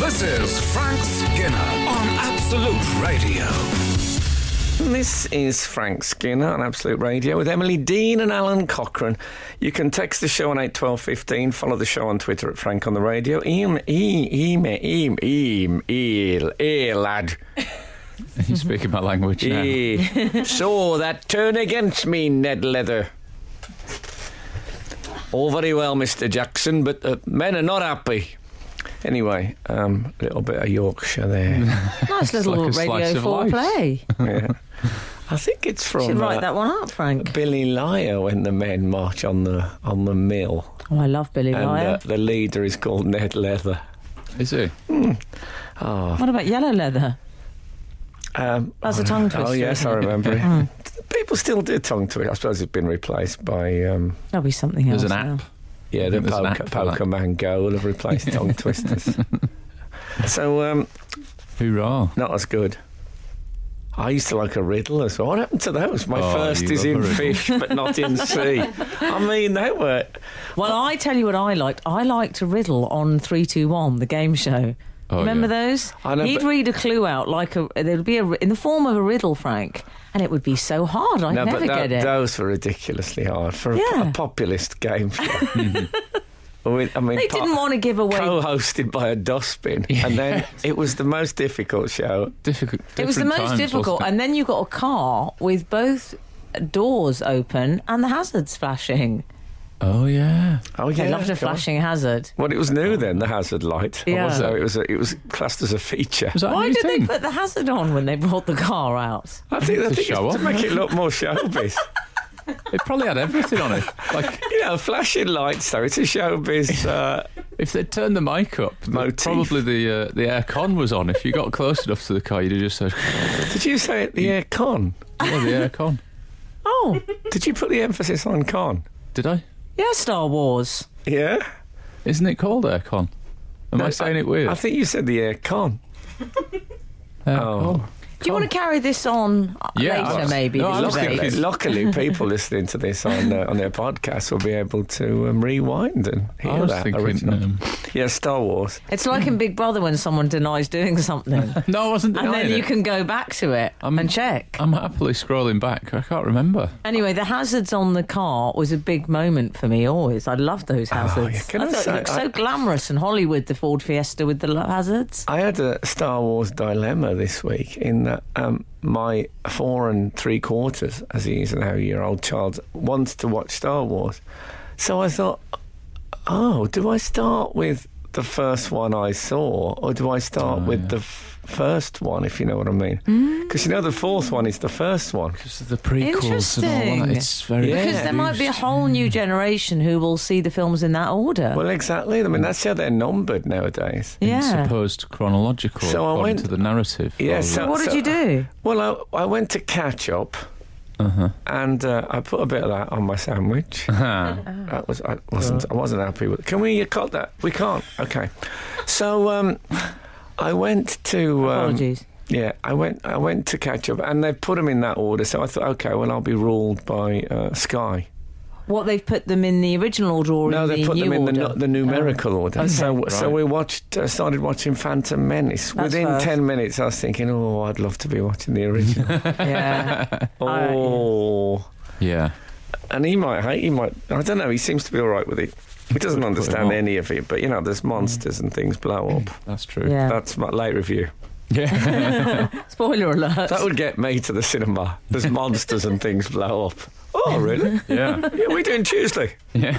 This is Frank Skinner on Absolute Radio. This is Frank Skinner on Absolute Radio with Emily Dean and Alan Cochrane. You can text the show on 81215, follow the show on Twitter at Frank on the Radio. Eam, e, eam, eam, eam, eel, eel, lad. You're speaking my language now. Eh, so that turn against me, Ned Leather. All very well, Mr. Jackson, but the men are not happy. Anyway, um, a little bit of Yorkshire there. Nice little like a radio slice of life. foreplay. yeah. I think it's from Should uh, write that one up, Frank. Billy Liar when the men march on the on the mill, Oh, I love Billy and Liar. uh, the leader is called Ned Leather. Is he? Oh, what about Yellow Leather? um, That's a tongue twister. oh yes, I isn't it? Hmm. remember. it. People still do tongue twister. I suppose it's been replaced by um, There'll be something There's else. an app. Yeah, the think there's an poker, app for that. Pokemon Go will have replaced tongue twisters. So um, Hoorah. not as good. I used to like a riddle as well. What happened to those? My Oh, first you is love in a riddle. fish, but not in sea. I mean, they were. now. Well, I tell you what I liked. I liked a riddle on 321, the game show. Oh, Remember yeah. those? I know, He'd but- read a clue out like a there'd be a ri- in the form of a riddle, Frank, and it would be so hard I'd No, never but tho- get it. those were ridiculously hard for a, Yeah. a populist game show. With, I mean, they po- didn't want to give away. co-hosted by a dustbin, and then it was the most difficult show. Oh, Difficult. it was the different most times, wasn't difficult, it? and then you got a car with both doors open and the hazards flashing. oh yeah. Oh yeah, They loved go a on. flashing hazard. Well, it was new then, the hazard light. Yeah. Was So it? it was a, it was classed as a feature. Was that a Why new did thing? they put the hazard on when they brought the car out? I think To the thing show is to off. make it look more showbiz. It probably had everything on it. Like you know, flashing lights, though. It's a showbiz. Uh, if they would turned the mic up, the- Motif. probably the uh, the air con was on. If you got close enough to the car, you'd have just said, did you say it, the air con? "Oh, the air con." Oh, Did you put the emphasis on con? Did I? yeah, Star Wars. Yeah. Isn't it called air con? Am I saying it weird? I think you said the air con. Air Oh. con. Do you want to carry this on uh, Yeah, later, I'll- maybe? no, this I'll look debate? at Luckily, it. luckily, people listening to this on uh, on their podcast will be able to um, rewind and hear I was that. thinking. original. Um, yeah, Star Wars. It's like in Big Brother when someone denies doing something. no, I wasn't And denying then you it. can go back to it I'm- and check. I'm happily scrolling back. I can't remember. Anyway, the hazards on the car was a big moment for me always. I loved those hazards. Oh, yeah, can I thought say- it looked I- so glamorous in Hollywood, the Ford Fiesta with the lo- hazards. I had a Star Wars dilemma this week in that um, my four and three quarters, as he is now, year old child, wants to watch Star Wars. So I thought, oh, do I start with the first one I saw, or do I start Oh, with the f- first one, if you know what I mean? Because you know, the fourth one is the first one. Because of the prequels and all Interesting. that. It's very Yeah. Because there might be a confused. whole new generation who will see the films in that order. Well, exactly. I mean, that's how they're numbered nowadays. in yeah. supposed chronological So I according went- to the narrative. Yeah, Or- so- What did you do? Well, I, I went to catch up. And uh, I put a bit of that on my sandwich. Ah, That was I wasn't I wasn't happy with. Can we cut that? We can't. Okay. So um, I went to um, Apologies. yeah I went I went to catch up and they put them in that order. So I thought okay well I'll be ruled by uh, Sky. What they've put them in the original order or No, in they the put new them in the, order? Ah. nu- the numerical order. So so Right. we watched uh, started watching Phantom Menace. That's Within first. ten minutes I was thinking oh I'd love to be watching the original. Oh. yeah. right, yeah. oh. yeah. and he might hate. He might. I don't know. He seems to be all right with it. He doesn't Put him understand up. any of it, but you know, there's monsters and things blow up. That's true. Yeah. That's my late review. Yeah. Spoiler alert. That would get me to the cinema. There's monsters and things blow up. Oh, really? yeah. Yeah, we're doing Tuesday. Yeah.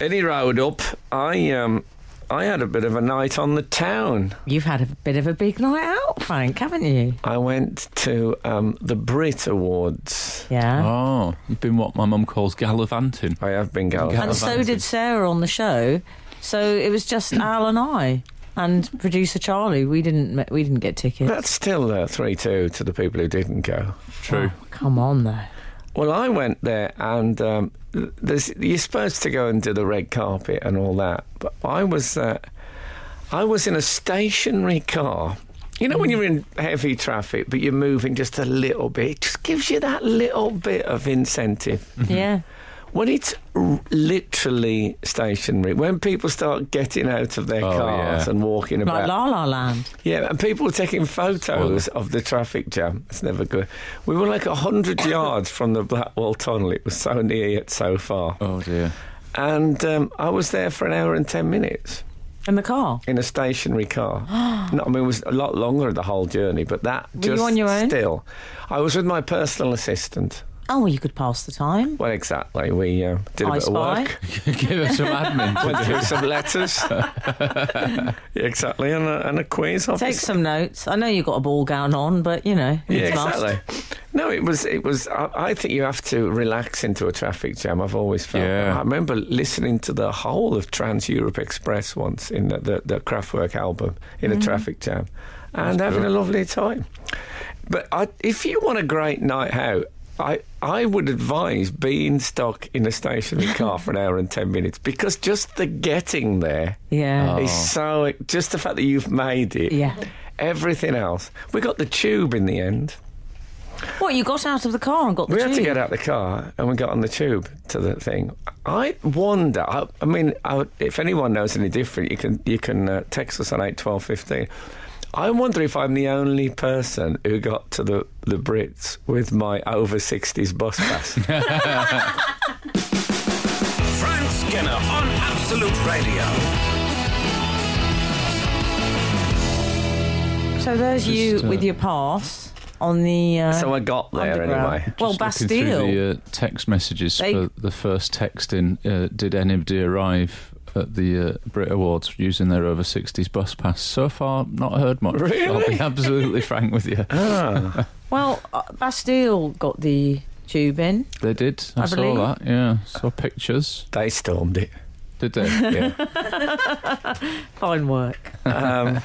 Any road up, I um, I had a bit of a night on the town. You've had a bit of a big night out, Frank, haven't you? I went to um, the Brit Awards. Yeah. Oh, you've been what my mum calls gallivanting. I have been going. Yeah. and so Advantage. did Sarah on the show. So it was just Al and I and producer Charlie. We didn't we didn't get tickets. That's still uh, three two to the people who didn't go. True. Oh, Come on though. Well, I went there, and um, there's, you're supposed to go and do the red carpet and all that, but I was, uh, I was in a stationary car. You know, when Mm. you're in heavy traffic, but Mm. you're moving just a little bit, it just gives you that little bit of incentive. Yeah. when it's r- literally stationary, when people start getting out of their Oh, cars yeah. and walking Like about, La La Land. yeah, and people were taking photos of the traffic jam. It's never good. We were like hundred yards from the Blackwell Tunnel. It was so near yet so far, Oh dear. and um, I was there for an hour and ten minutes In the car. in a stationary car. no, I mean, it was a lot longer the whole journey, but that Were you just on your own? still. I was with my personal assistant. Oh, well, you could pass the time. Well, exactly. We uh, did a I bit of spy. work. Give us some admin. Went through some letters. Yeah, exactly, and a, and a quiz. Take Obviously. some notes. I know you got a ball gown on, but you know, yeah, it's must. exactly. No, it was it was. I, I think you have to relax into a traffic jam. I've always felt. Yeah. I remember listening to the whole of Trans Europe Express once in the the, the Kraftwerk album in Mm-hmm. a traffic jam, and having a lovely time. But I, if you want a great night out. I, I would advise being stuck in a stationary car for an hour and 10 minutes because just the getting there Yeah. It's so just the fact that you've made it. Oh. Yeah. Everything else, we got the tube in the end. What, you got out of the car and got the We had to tube? get out the car and we got on the tube to the thing. I wonder. I, I mean, I, if anyone knows any different, you can you can uh, text us on eight twelve fifteen. I wonder if I'm the only person who got to the, the Brits with my over 60s bus pass. Frank Skinner on Absolute Radio. So there's you Just, uh, with your pass on the. Uh, so I got there Underground. anyway. well, Just looking Bastille. Through the uh, text messages They- for the first texting. Uh, did anybody arrive at the uh, Brit Awards using their over 60s bus pass? So far, not heard much. I'll Really? be absolutely frank with you. Ah, Well, uh, Bastille got the tube in. They did. I, I saw believe. that. Yeah. Saw pictures. they stormed it. Did they? Yeah. Fine work. um,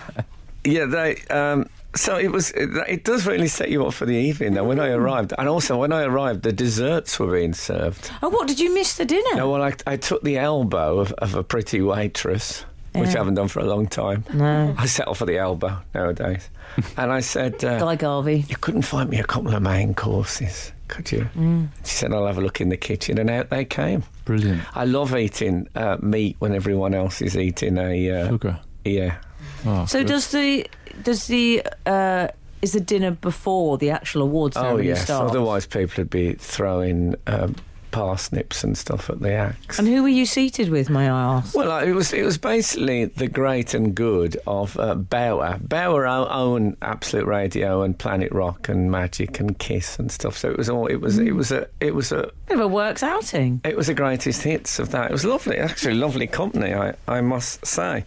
yeah, they. Um, so it was. It, it does really set you up for the evening. Though when I arrived, and also when I arrived, the desserts were being served. Oh, what? Did you miss the dinner? Now, well, I, I took the elbow of, of a pretty waitress, which Yeah. I haven't done for a long time. No. I settle for the elbow nowadays, and I said, uh, Guy Garvey. "You couldn't find me a couple of main courses, could you?" Mm. She said, "I'll have a look in the kitchen," and out they came. Brilliant. I love eating uh, meat when everyone else is eating a uh, Sugar. yeah. Oh, So good. does the does the uh, is the dinner before the actual award Oh ceremony yes, starts? otherwise people would be throwing um, parsnips and stuff at the axe. And who were you seated with, may I ask? well, uh, it was it was basically the great and good of uh, Bauer. Bauer o- own Absolute Radio and Planet Rock and Magic and Kiss and stuff. So it was all it was it was a it was a Bit of a works outing. it was the greatest hits of that. It was lovely, actually, lovely company. I, I must say.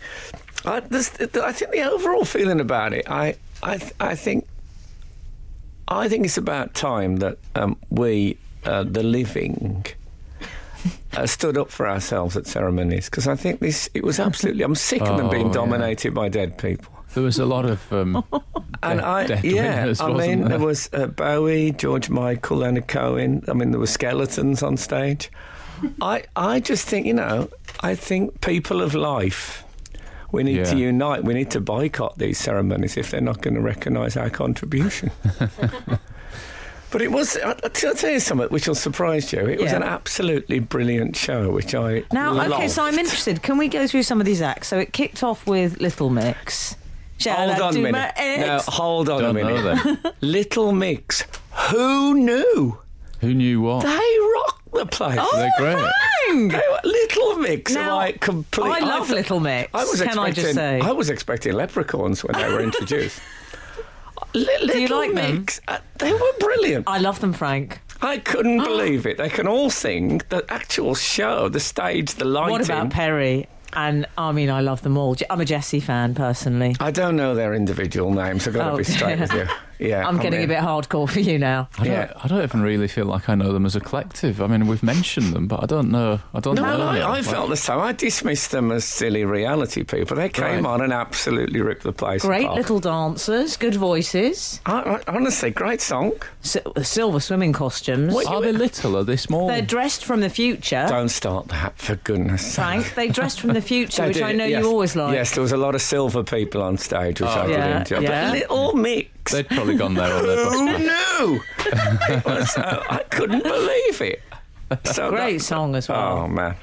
I, this, I think the overall feeling about it, I, I, th- I think, I think it's about time that um, we, uh, the living. Uh, stood up for ourselves at ceremonies because I think this it was absolutely I'm sick of them Oh, being yeah. dominated by dead people there was a lot of um, and dead- I dead yeah winners, I wasn't mean there there? was uh, Bowie George Michael Leonard Cohen I mean there were skeletons on stage I, I just think, you know, I think people of life, we need to Yeah. unite. We need to boycott these ceremonies if they're not going to recognise our contribution. but it was, I'll tell you something which will surprise you. It was Yeah. an absolutely brilliant show, which I. Now, okay, so loved. I'm interested. Can we go through some of these acts? So it kicked off with Little Mix. Shout Hold out on a to minute. my ex. No, hold on a Don't know minute. Little Mix. Who knew? Who knew what? They rocked the place. They're great. They were- Little Mix. Oh, Now, like complete. I love thought- Little Mix. I was can I expecting. Oh. just say? was expecting leprechauns when they were introduced. Li- Little you like them? Mix, uh, they were brilliant. I love them, Frank. I couldn't Oh. believe it. They can all sing. The actual show, the stage, the lighting. What about Perry? And I mean, I love them all. Je- I'm a Jesse fan personally. I don't know their individual names. I've got to Oh, be straight with you. Yeah, I'm getting a bit hardcore for you now. I don't, Yeah. I don't even really feel like I know them as a collective. I mean, we've mentioned them, but I don't know. I don't No, know. them. I, I Like, felt the same. I dismissed them as silly reality people. They came Right. on and absolutely ripped the place Great apart. little dancers, good voices, I, I, honestly, great song. sil- silver swimming costumes. What- Are they little? Are they small? They're dressed from the future, Don't start that, for goodness' sake. Frank. They dressed from the future, They which did I it, know yes. you always like. Yes, there was a lot of silver people on stage, which I did Yeah, enjoy. yeah. But little mix. They'd probably gone there on their bus. Who knew? It was, uh, I couldn't believe it. So Great that- song as well. Oh man,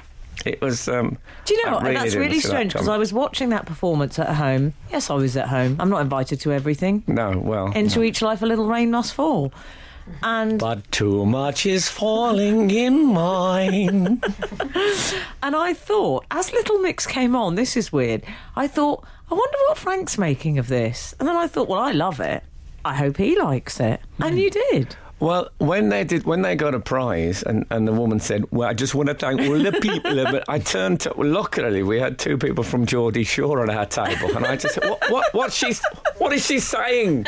it was. Um, Do you know I what? really That's didn't really see that strange because coming. I was watching that performance at home. Yes, I was at home. I'm not invited to everything. no, well, Into each life, a little rain must fall. And but too much is falling in mine. and I thought, as Little Mix came on, this is weird. I thought, I wonder what Frank's making of this. And then I thought, well, I love it. I hope he likes it. Hmm. And you did. Well, when they did, when they got a prize, and, and the woman said, "Well, I just want to thank all the people." but I turned to luckily we had two people from Geordie Shore at our table, and I just said, "What? What? What she's? What is she saying?"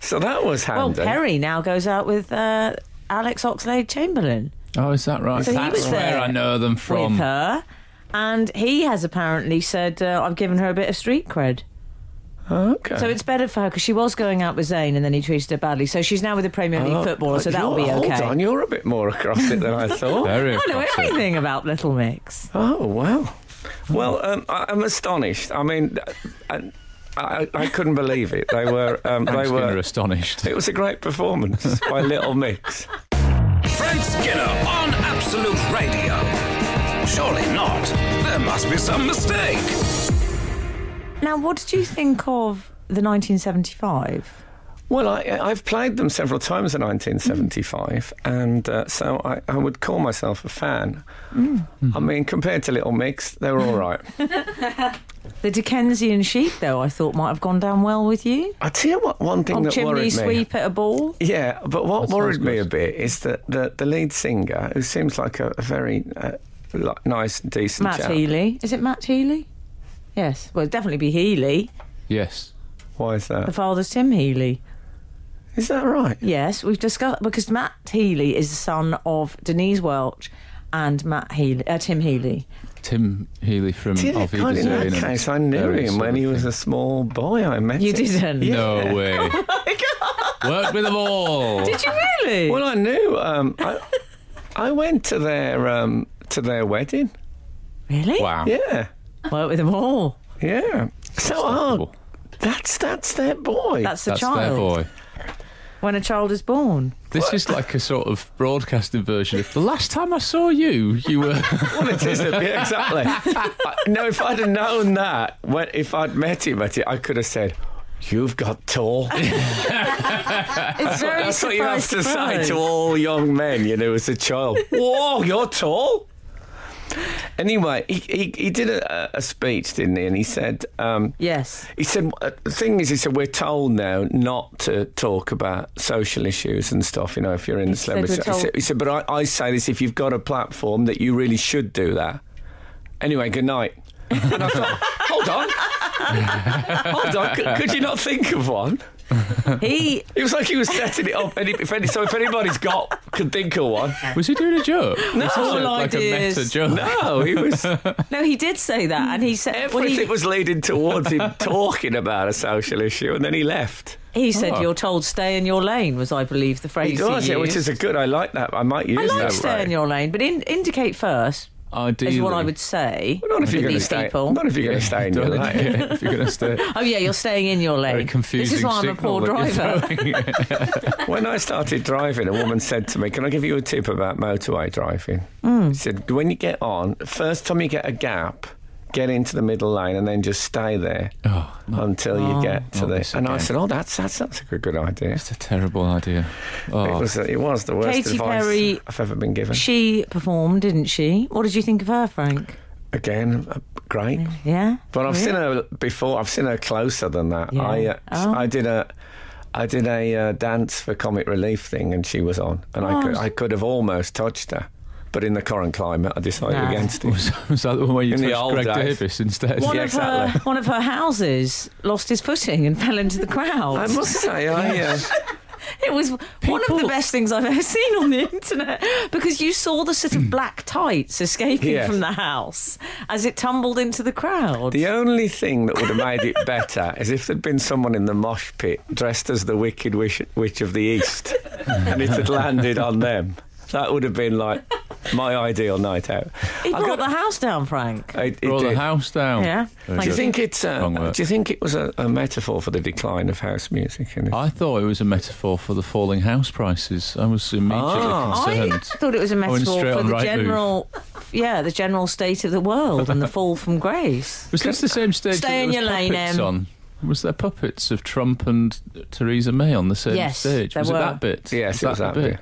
so that was Well, handy. Perry now goes out with uh, Alex Oxlade Chamberlain. Oh, is that right? So he That's was where there I know them from. with her, and he has apparently said, uh, "I've given her a bit of street cred." Oh, okay. So it's better for her because she was going out with Zayn, and then he treated her badly. So she's now with a Premier League Oh, footballer, so God, that'll you're- be okay. Hold on, you're a bit more across it than I thought. Very I know impressive. everything about Little Mix. oh wow. Well, um, I, I'm astonished. I mean, I, I, I couldn't believe it. They were. Um, I'm they Skinner were. astonished. It was a great performance by Little Mix. Frank Skinner on Absolute Radio. Surely not. There must be some mistake. Now, what did you think of the 1975? Well, I, I've played them several times in 1975, and uh, so I, I would call myself a fan. I mean, compared to Little Mix, they were all right. The Dickensian sheep, though, I thought might have gone down well with you. I tell you what, one thing On that chimney worried me. sweep at a ball. Yeah, but what sounds worried me good. a bit is that the, the lead singer, who seems like a, a very uh, li- nice, decent Matt chap. Healy, is it Matt Healy? Yes, well, it'd definitely be Healy. Yes. Why is The that? father's Tim Healy. Is that right? Yes, we've discussed because Matt Healy is the son of Denise Welch and Matt Healy, uh, Tim Healy. Tim Healy from Did it? Of God, in that case, I knew him when he was a small boy. I met You him. didn't? Yeah. No way. Work with them all. Did you really? Well, I knew. Um, I, I went to their um, to their wedding. really? Wow. Yeah, Work with them all. yeah. So oh, Unstoppable. that's that's their boy. That's the That's child. their boy. When a child is born. This is like a sort of broadcasted version of the last time I saw you, you were. Well, it is a bit- exactly. I, no, if I'd have known that, when, if I'd met him at it, I could have said. You've got tall. It's very That's what you have to say surprise, to surprise. all young men, you know, as a child. Whoa, you're tall. Anyway, he, he, he did a, a speech, didn't he? And he said, um, Yes. He said, uh, the thing is, he said, we're told now not to talk about social issues and stuff, you know, if you're in the said we're celebrity. He told- said, he said, but I, I say this if you've got a platform that you really should do that. Anyway, good night. And I thought, hold on. hold on. Could, could you not think of one? He It was like he was setting it up. Any, if any, so if anybody's got, can think of one. Was he doing a joke? No, was this a, All like ideas. a meta joke. No, oh, he was. no, he did say that, and he said well, Everything he, was leading towards him talking about a social issue, and then he left. he said Oh. you're told stay in your lane was I believe the phrase He does, yeah, which used. is a good. I like that. I might use I like that. stay right. in your lane, but in, indicate first Ideally. is what I would say. Well, not if to you're going to these stay. people. Not if you're going to stay in your Don't- life. if you're going to stay. Oh yeah, you're staying in your lane. Very confusing. This is why I'm a poor signal that you're driver. throwing. When I started driving, a woman said to me, "Can I give you a tip about motorway driving?" Hmm. She said, "When you get on, first time you get a gap, get into the middle lane and then just stay there oh, no, until you get to not the." this And I again. said, "Oh, that's that's that's a good, good idea." it's a terrible idea. It Oh, was it was the worst Katy advice Perry- I've ever been given. she performed, didn't she? What did you think of her, Frank? Again, uh, great. Yeah. But I've Really? seen her before. I've seen her closer than that. Yeah. I uh, Oh. I did a I did a uh, dance for comic relief thing, and she was on, and I could I could have almost touched her, but in the current climate, I decided No. against it. was, was that the one where you In the touched old Greg days. Davis instead? One Yeah, of her exactly. one of her houses lost his footing and fell into the I crowd. must say, I uh, It was one of the People- best things I've ever seen on the internet because you saw the sort of black tights escaping Mm. Yes. from the house as it tumbled into the crowd. the only thing that would have made it better is if there'd been someone in the mosh pit dressed as the Wicked Witch, Witch of the East, and it had landed on them. That would have been like my ideal night out. He I brought got- the house down, Frank. I- it Roll the did. house down. Yeah. Very Like- Do you good. think it's uh, Wrong word. do you think it was a, a metaphor for the decline of house music? And I thought it was a metaphor for the falling house prices. I was immediately Ah. I concerned. thought it was a went metaphor straight for on the Rightmove. general, yeah, the general state of the world and the fall from grace. Was this the same stage uh, Stay that there in was your lane, puppets Em. on? Was there puppets of Trump and Theresa May on the same Yes, stage? there was were. it that bit? yes, it was the that bit.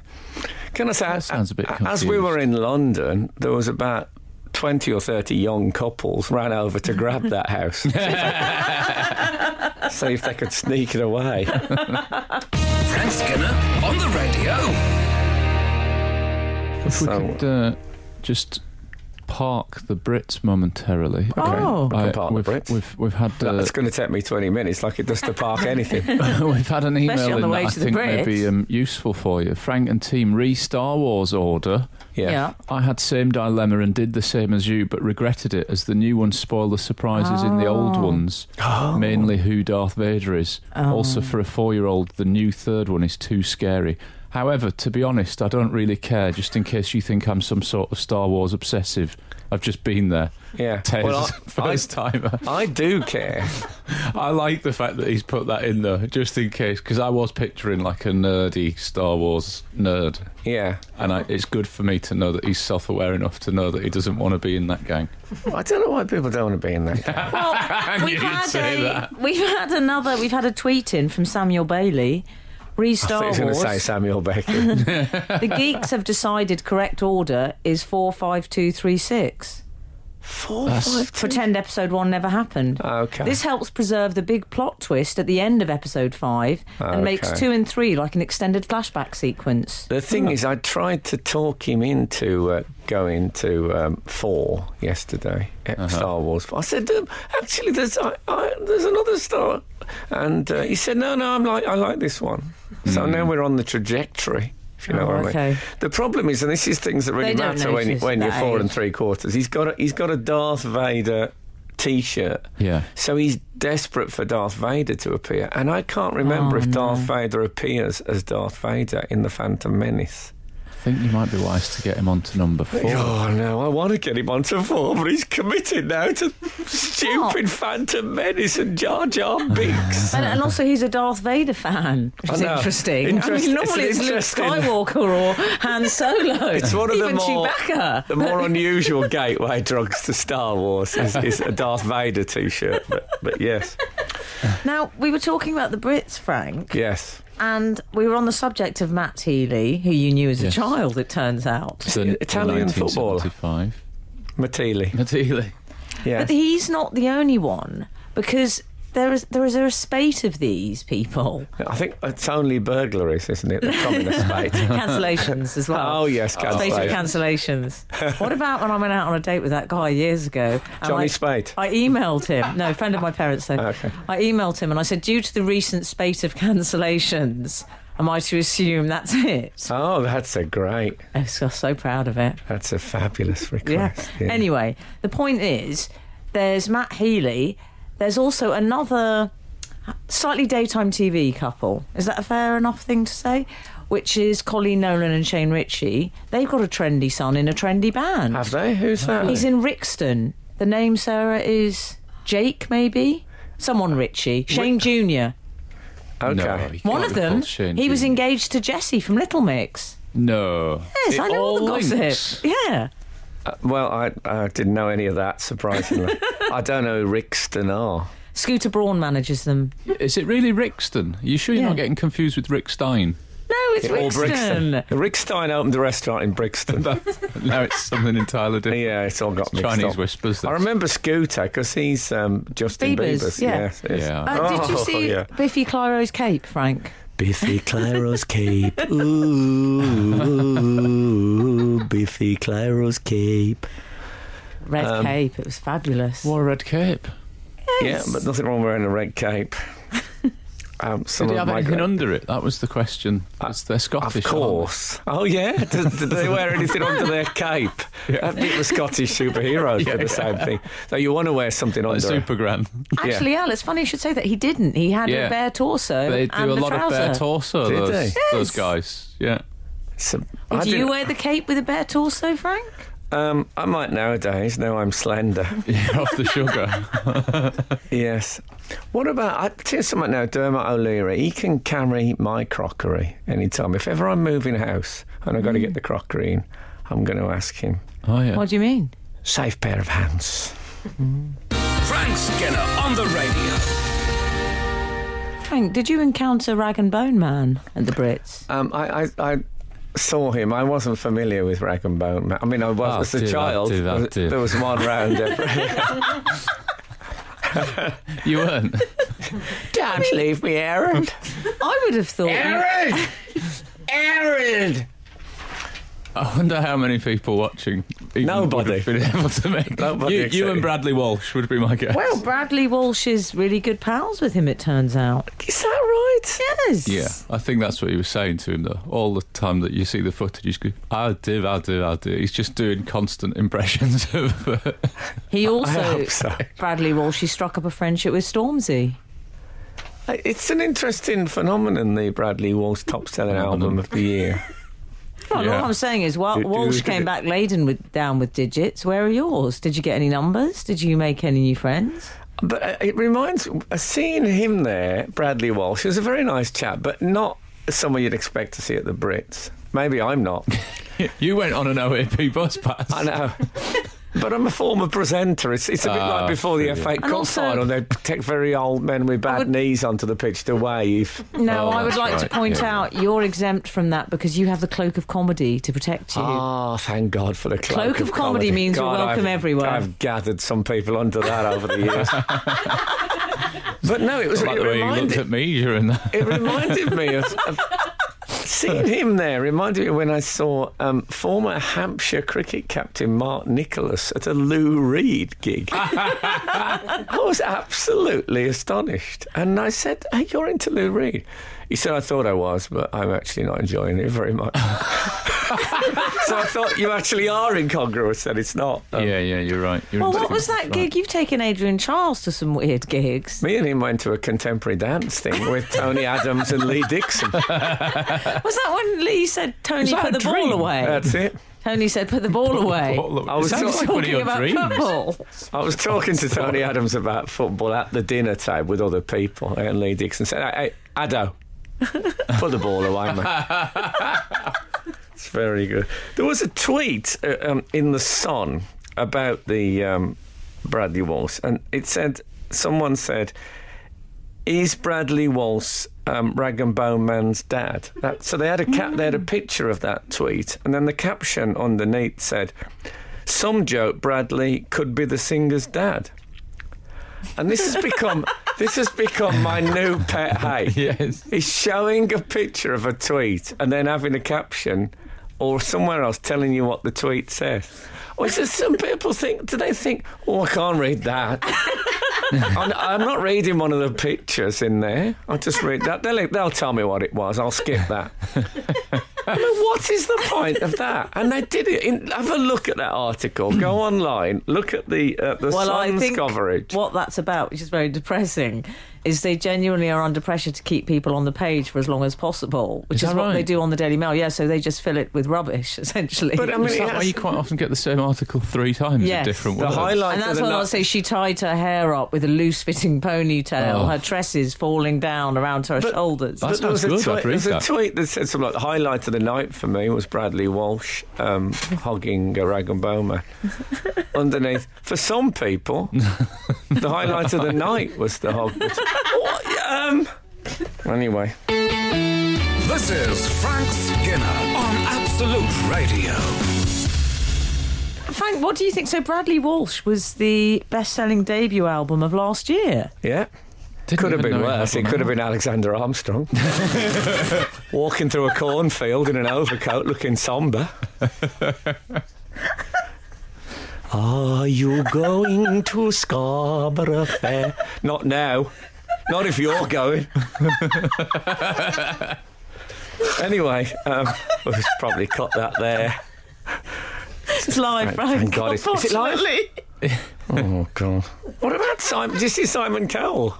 Can I say, That sounds a bit as we confused. were in London, there was about twenty or thirty young couples ran over to grab that house, see if they could sneak it away. Frank Skinner on the radio. If we So- could uh, just park the Brits momentarily. Oh. We can I- park the we've, Brits. We've, we've had uh, That's going to take me twenty minutes, like it does to park anything. we've had an email Especially on in the way that I to the think may Brits. be um, useful for you. Frank and team re Star Wars order. Yeah. I had same dilemma and did the same as you, but regretted it as the new ones spoil the surprises in the old ones. Mainly who Darth Vader is. Also, for a four-year-old, the new third one is too scary. However, to be honest, I don't really care. Just in case you think I'm some sort of Star Wars obsessive, I've just been there. Yeah. Tez, Well, I- first timer. I do care. I like the fact that he's put that in there, just in case, because I was picturing like a nerdy Star Wars nerd. Yeah. And I, it's good for me to know that he's self aware enough to know that he doesn't want to be in that gang. I don't know why people don't want to be in that. gang. Well, we've knew you'd had say a, that. we've had another, we've had a tweet in from Samuel Bailey. Re I thought he Star was going to say Wars. Samuel Beckett. The geeks have decided correct order is four, five, two, three, six. Four, five, two. Pretend episode one never happened. Okay. This helps preserve the big plot twist at the end of episode five and makes Okay. two and three like an extended flashback sequence. The thing is, I tried to talk him into uh, going to um, four yesterday at Uh-huh. Star Wars. I said, um, actually, there's I, I, there's another Star, and uh, he said, no, no, I'm like I like this one. So now we're on the trajectory. If you know Hmm. Oh, what I okay. mean. The problem is, and this is things that really They don't matter when, you- notice when you're that four and age. three quarters. He's got a, he's got a Darth Vader T-shirt. Yeah. So he's desperate for Darth Vader to appear, and I can't remember Oh, if Darth Vader appears as Darth Vader in the Phantom Menace. I think you might be wise to get him onto number four. Oh no, I want to get him onto four, but he's committed now to stupid Phantom Menace and Jar Jar Binks. And, and also, he's a Darth Vader fan, which Uh-huh. I is know. interesting. I Interest- mean, normally it's it's, an Luke interesting- Skywalker or Han Solo. It's one of the even more Chewbacca. the more unusual gateway drugs to Star Wars is, is a Darth Vader T-shirt. But, but yes, Now, we were talking about the Brits, Frank, yes, and we were on the subject of Matt Healy, who you knew as a Yes. child, it turns out. The- the Italian footballer. 1975. Matili. Matili. Yeah, But he's not the only one, because there is there is a spate of these people. I think it's only burglaries, isn't it? They've come in a spate. Cancellations as well. Oh yes, Spate of cancellation. cancellations. what about when I went out on a date with that guy years ago? and Johnny I- Spate. I emailed him. No, a friend of my parents. Though. Okay. I emailed him and I said, due to the recent spate of cancellations, am I to assume that's it? Oh, that's a great. I was so proud of it. That's a fabulous Yeah. request. Anyway, the point is, there's Matt Healy. There's also another slightly daytime TV couple. Is that a fair enough thing to say? Which is Colleen Nolan and Shane Ritchie. They've got a trendy son in a trendy band. Have they? Who's that? He's in Rixton. The name Sarah is Jake, maybe someone Ritchie, Shane Junior. okay. No, he can't One be of them. called Shane he was Junior engaged to Jessie from Little Mix. No. Yes, It I know all the gossip. links. Yeah. Uh, well, I, I didn't know any of that, surprisingly. I don't know who Rixton are. Scooter Braun manages them. Is it really Rixton? Are you sure you're Yeah. not getting confused with Rick Stein? No, it's Or Rixton. Rixton opened a restaurant in Brixton. now it's something entirely different. yeah, it's all got mixed Chinese up. whispers. I remember Scooter because he's um, Justin Bieber's, Bieber's. yeah. Yes, yes. Yeah. Uh, did you Oh, see yeah. Biffy Clyro's cape, Frank? Biffy Clyro's cape. Ooh, Biffy Clyro's cape. Red Um, cape. It was fabulous. Wore a red cape. Yeah, but nothing wrong wearing a red cape. Um, some Did he of have my anything gra- under it? That was the question. Uh, It's they're Scottish. Of aren't they? course. Oh, yeah. Did, did they wear anything under their cape? I think the Scottish superheroes did the same thing. So you want to wear something Like under. a- Supergran. Actually, yeah. it's funny you should say that. He didn't. He had Yeah. a bare torso They and do a the lot of bare trouser. torso. Did Those, they? those Yes. guys. Yeah. So, Would you didn't- wear the cape with a better torso, Frank? Um, I might nowadays. Now I'm slender. Yeah, off the sugar. yes. What about I tell you something now, Dermot O'Leary? He can carry my crockery anytime. If ever I'm moving house and I've got to Mm. get the crockery in, I'm going to ask him. Oh yeah. What do you mean? Safe pair of hands. Frank Skinner on the radio. Frank, did you encounter Rag and Bone Man at the Brits? Um, I, I, I saw him. I wasn't familiar with Rag and Bone. Man. I mean, I was Ah, as a dear, ah, child. dear, ah, there was- dear. There was one round. every- You weren't. Don't leave me, Aaron. I would have thought. You, Aaron. Aaron. I wonder how many people watching. even Nobody. would have been able to make. Nobody you, except- you and Bradley Walsh would be my guess. well, Bradley Walsh is really good pals with him. It turns out. Is that right? Yes. Yeah, I think that's what he was saying to him though. All the time that you see the footage, he's going, "I do, I do, I do." He's just doing constant impressions of. Uh, He I also hope so. Bradley Walsh. He struck up a friendship with Stormzy. It's an interesting phenomenon, the Bradley Walsh top selling album of the year. Well, Yeah. all I'm saying is, Wa- Do- do- Walsh do- came back laden with down with digits. Where are yours? Did you get any numbers? Did you make any new friends? But uh, it reminds uh, seeing him there, Bradley Walsh, is a very nice chap, but not someone you'd expect to see at the Brits. Maybe I'm not. you went on an OAP bus pass. I know. But I'm a former presenter. It's, it's a bit Ah, like before the brilliant. FA Cup also- final. They take very old men with bad would- knees onto the pitch to wave. No, Oh, I would that's like to right, point yeah. out you're exempt from that because you have the cloak of comedy to protect you. Ah, thank God for the cloak, Cloak of comedy means we welcome I've- everyone. I've gathered some people under that over the years. but no, it was like it the way you reminded, looked at me during that. it reminded me of, of seeing him there. Reminded me when I saw um, former Hampshire cricket captain Mark Nicholas at a Lou Reed gig. I was absolutely astonished, and I said, "Hey, you're into Lou Reed." He said, "I thought I was, but I'm actually not enjoying it very much." so I thought you actually are incongruous, and it's not. Um, yeah, yeah, you're right. You're Well, in- Oh, what was that right. gig? You've taken Adrian Charles to some weird gigs. Me and him went to a contemporary dance thing with Tony Adams and Lee Dixon. Was that when Lee said, Tony, that put a the ball dream? away? That's it. Tony said, put the ball away. I was It sounds like talking one of Talking your about dreams. football. I was talking to Tony Adams about football at the dinner table with other people, and Lee Dixon said, "Hey, hey Addo, put the ball away, mate." it's very good. There was a tweet uh, um, in the Sun about the um, Bradley Walsh, and it said someone said, "Is Bradley Walsh?" Um, Rag and Bone Man's dad. That, so they had a cap, they had a picture of that tweet, and then the caption underneath said, some joke Bradley could be the singer's dad. And this has become this has become my new pet hate. Yes. He's showing a picture of a tweet and then having a caption or somewhere else telling you what the tweet says. Or is it some people think do they think, Oh, I can't read that. I'm, I'm not reading one of the pictures in there. I'll just read that. They'll, they'll tell me what it was. I'll skip that. I mean, what is the point of that? And they did it. In, have a look at that article. Go online. Look at the uh, the Well, I Sun's think coverage. what that's about, which is very depressing, is they genuinely are under pressure to keep people on the page for as long as possible, which Is is, that what they right? do on the Daily Mail. Yeah, so they just fill it with rubbish, essentially. But I mean, Is it that why has- you quite often get the same article three times Yes. in different the words? highlight. and of that's the why I'll night- say she tied her hair up with a loose fitting ponytail, Oh. her tresses falling down around her But- shoulders. That But there was, sounds a good, I'd tweet, there was read a that. tweet that said something like the highlight of the night for me was Bradley Walsh um, hogging a rag and bowman. Underneath, for some people, the highlight of the night was the hog. What? Um, anyway, This is Frank Skinner on Absolute Radio. Frank, what do you think? So, Bradley Walsh was the best selling debut album of last year. yeah. Didn't Could have even been know worse. It happened. could have been Alexander Armstrong walking through a cornfield in an overcoat, looking somber. Are you going to Scarborough Fair? Not now. Not if you're going. anyway, um, we'll just probably cut that there. It's Frank, live, Frank. thank God it's- is it live? unfortunately. oh god! What about Simon? Did you see Simon Cowell?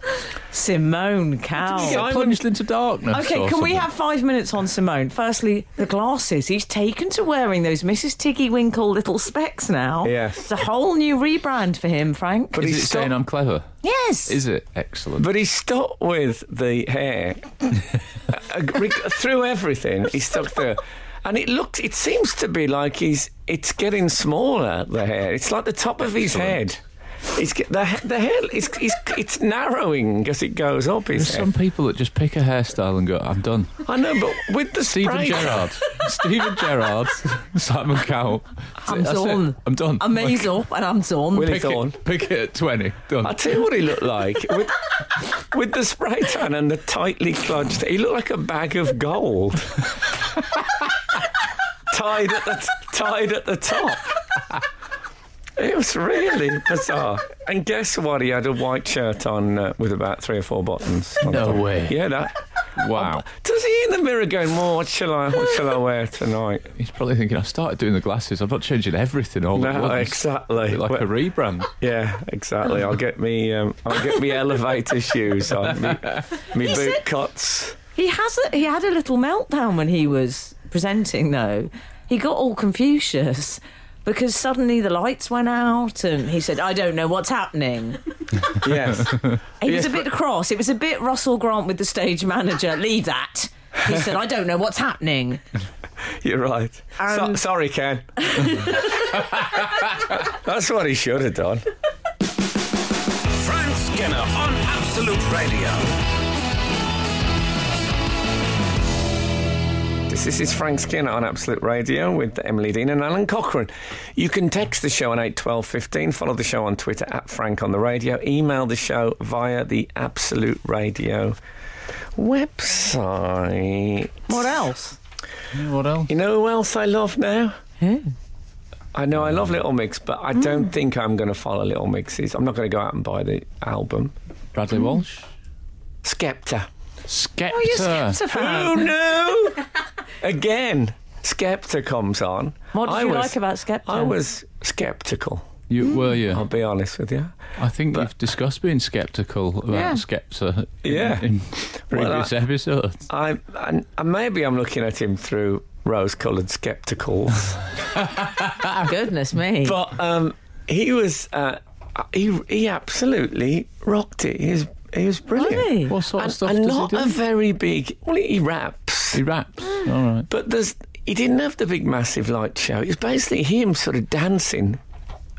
Simone Cowell. Did you- Simon- plunged into darkness. Okay, or can we something. have five minutes on Simone? Firstly, the glasses. He's taken to wearing those Mrs. Tiggy Winkle little specs now. Yes. It's a whole new rebrand for him, Frank. But Is he it saying stopped- I'm clever? yes. Is it excellent? But he stopped with the hair Uh, re- through everything. He stuck there, and it looks. It seems to be like he's. It's getting smaller. The hair. It's like the top of his head. It's get, the he- the hair. It's it's, it's narrowing as it goes up. His There's head. some people that just pick a hairstyle and go, "I'm done." I know, but with the Stephen spray- Gerrard, Stephen Gerrard, Simon Cowell. I'm That's it. done. I'm done. I'm made up and I'm done. Will he- Pick it, Thorne. pick it at twenty. Done. I tell you what he looked like with, with the spray tan and the tightly clutched. He looked like a bag of gold, tied at the t- tied at the top. It was really bizarre. And guess what? He had a white shirt on uh, with about three or four buttons. on No top. way. Yeah, that. Wow. Does he in the mirror going, well, what shall I, what shall I wear tonight? He's probably thinking, I've started doing the glasses. I'm not changing everything all at No, once. exactly. Bit Like Well- a rebrand. Yeah, exactly. I'll get me, um, I'll get me elevator shoes on, me, me boot said- cuts. He has a, he had a little meltdown when he was presenting though. He got all Confucius because suddenly the lights went out and he said, "I don't know what's happening." Yes. He was a bit cross. It was a bit Russell Grant with the stage manager. Leave that. He said, "I don't know what's happening." You're right. So- Um, sorry, Ken. That's what he should have done. Frank Skinner on Absolute Radio. This, this is Frank Skinner on Absolute Radio with Emily Dean and Alan Cochrane. You can text the show on 81215, follow the show on Twitter at Frank on the Radio, email the show via the Absolute Radio website. What else? What else? You know who else I love now? I know I love Little Mix, but I Mm. don't think I'm going to follow Little Mix's. I'm not going to go out and buy the album. Bradley Walsh. Skepta. Skepta. Oh, you're uh, Skepta Oh fan. no! Again, Skepta comes on. What did I you was- like about Skepta? I was skeptical. You were I'll you? be honest with you. I think you've discussed being sceptical about Yeah. Skepta in, Yeah. in Well, previous episodes. I, I, I maybe I'm looking at him through rose-coloured skepticals, Goodness me. but um, he was uh, he he absolutely rocked it. He was he was brilliant. Really? What sort And, of stuff and does he not do? a very big. Well, he raps. he raps. all right. But there's he didn't have the big massive light show. It was basically him sort of dancing,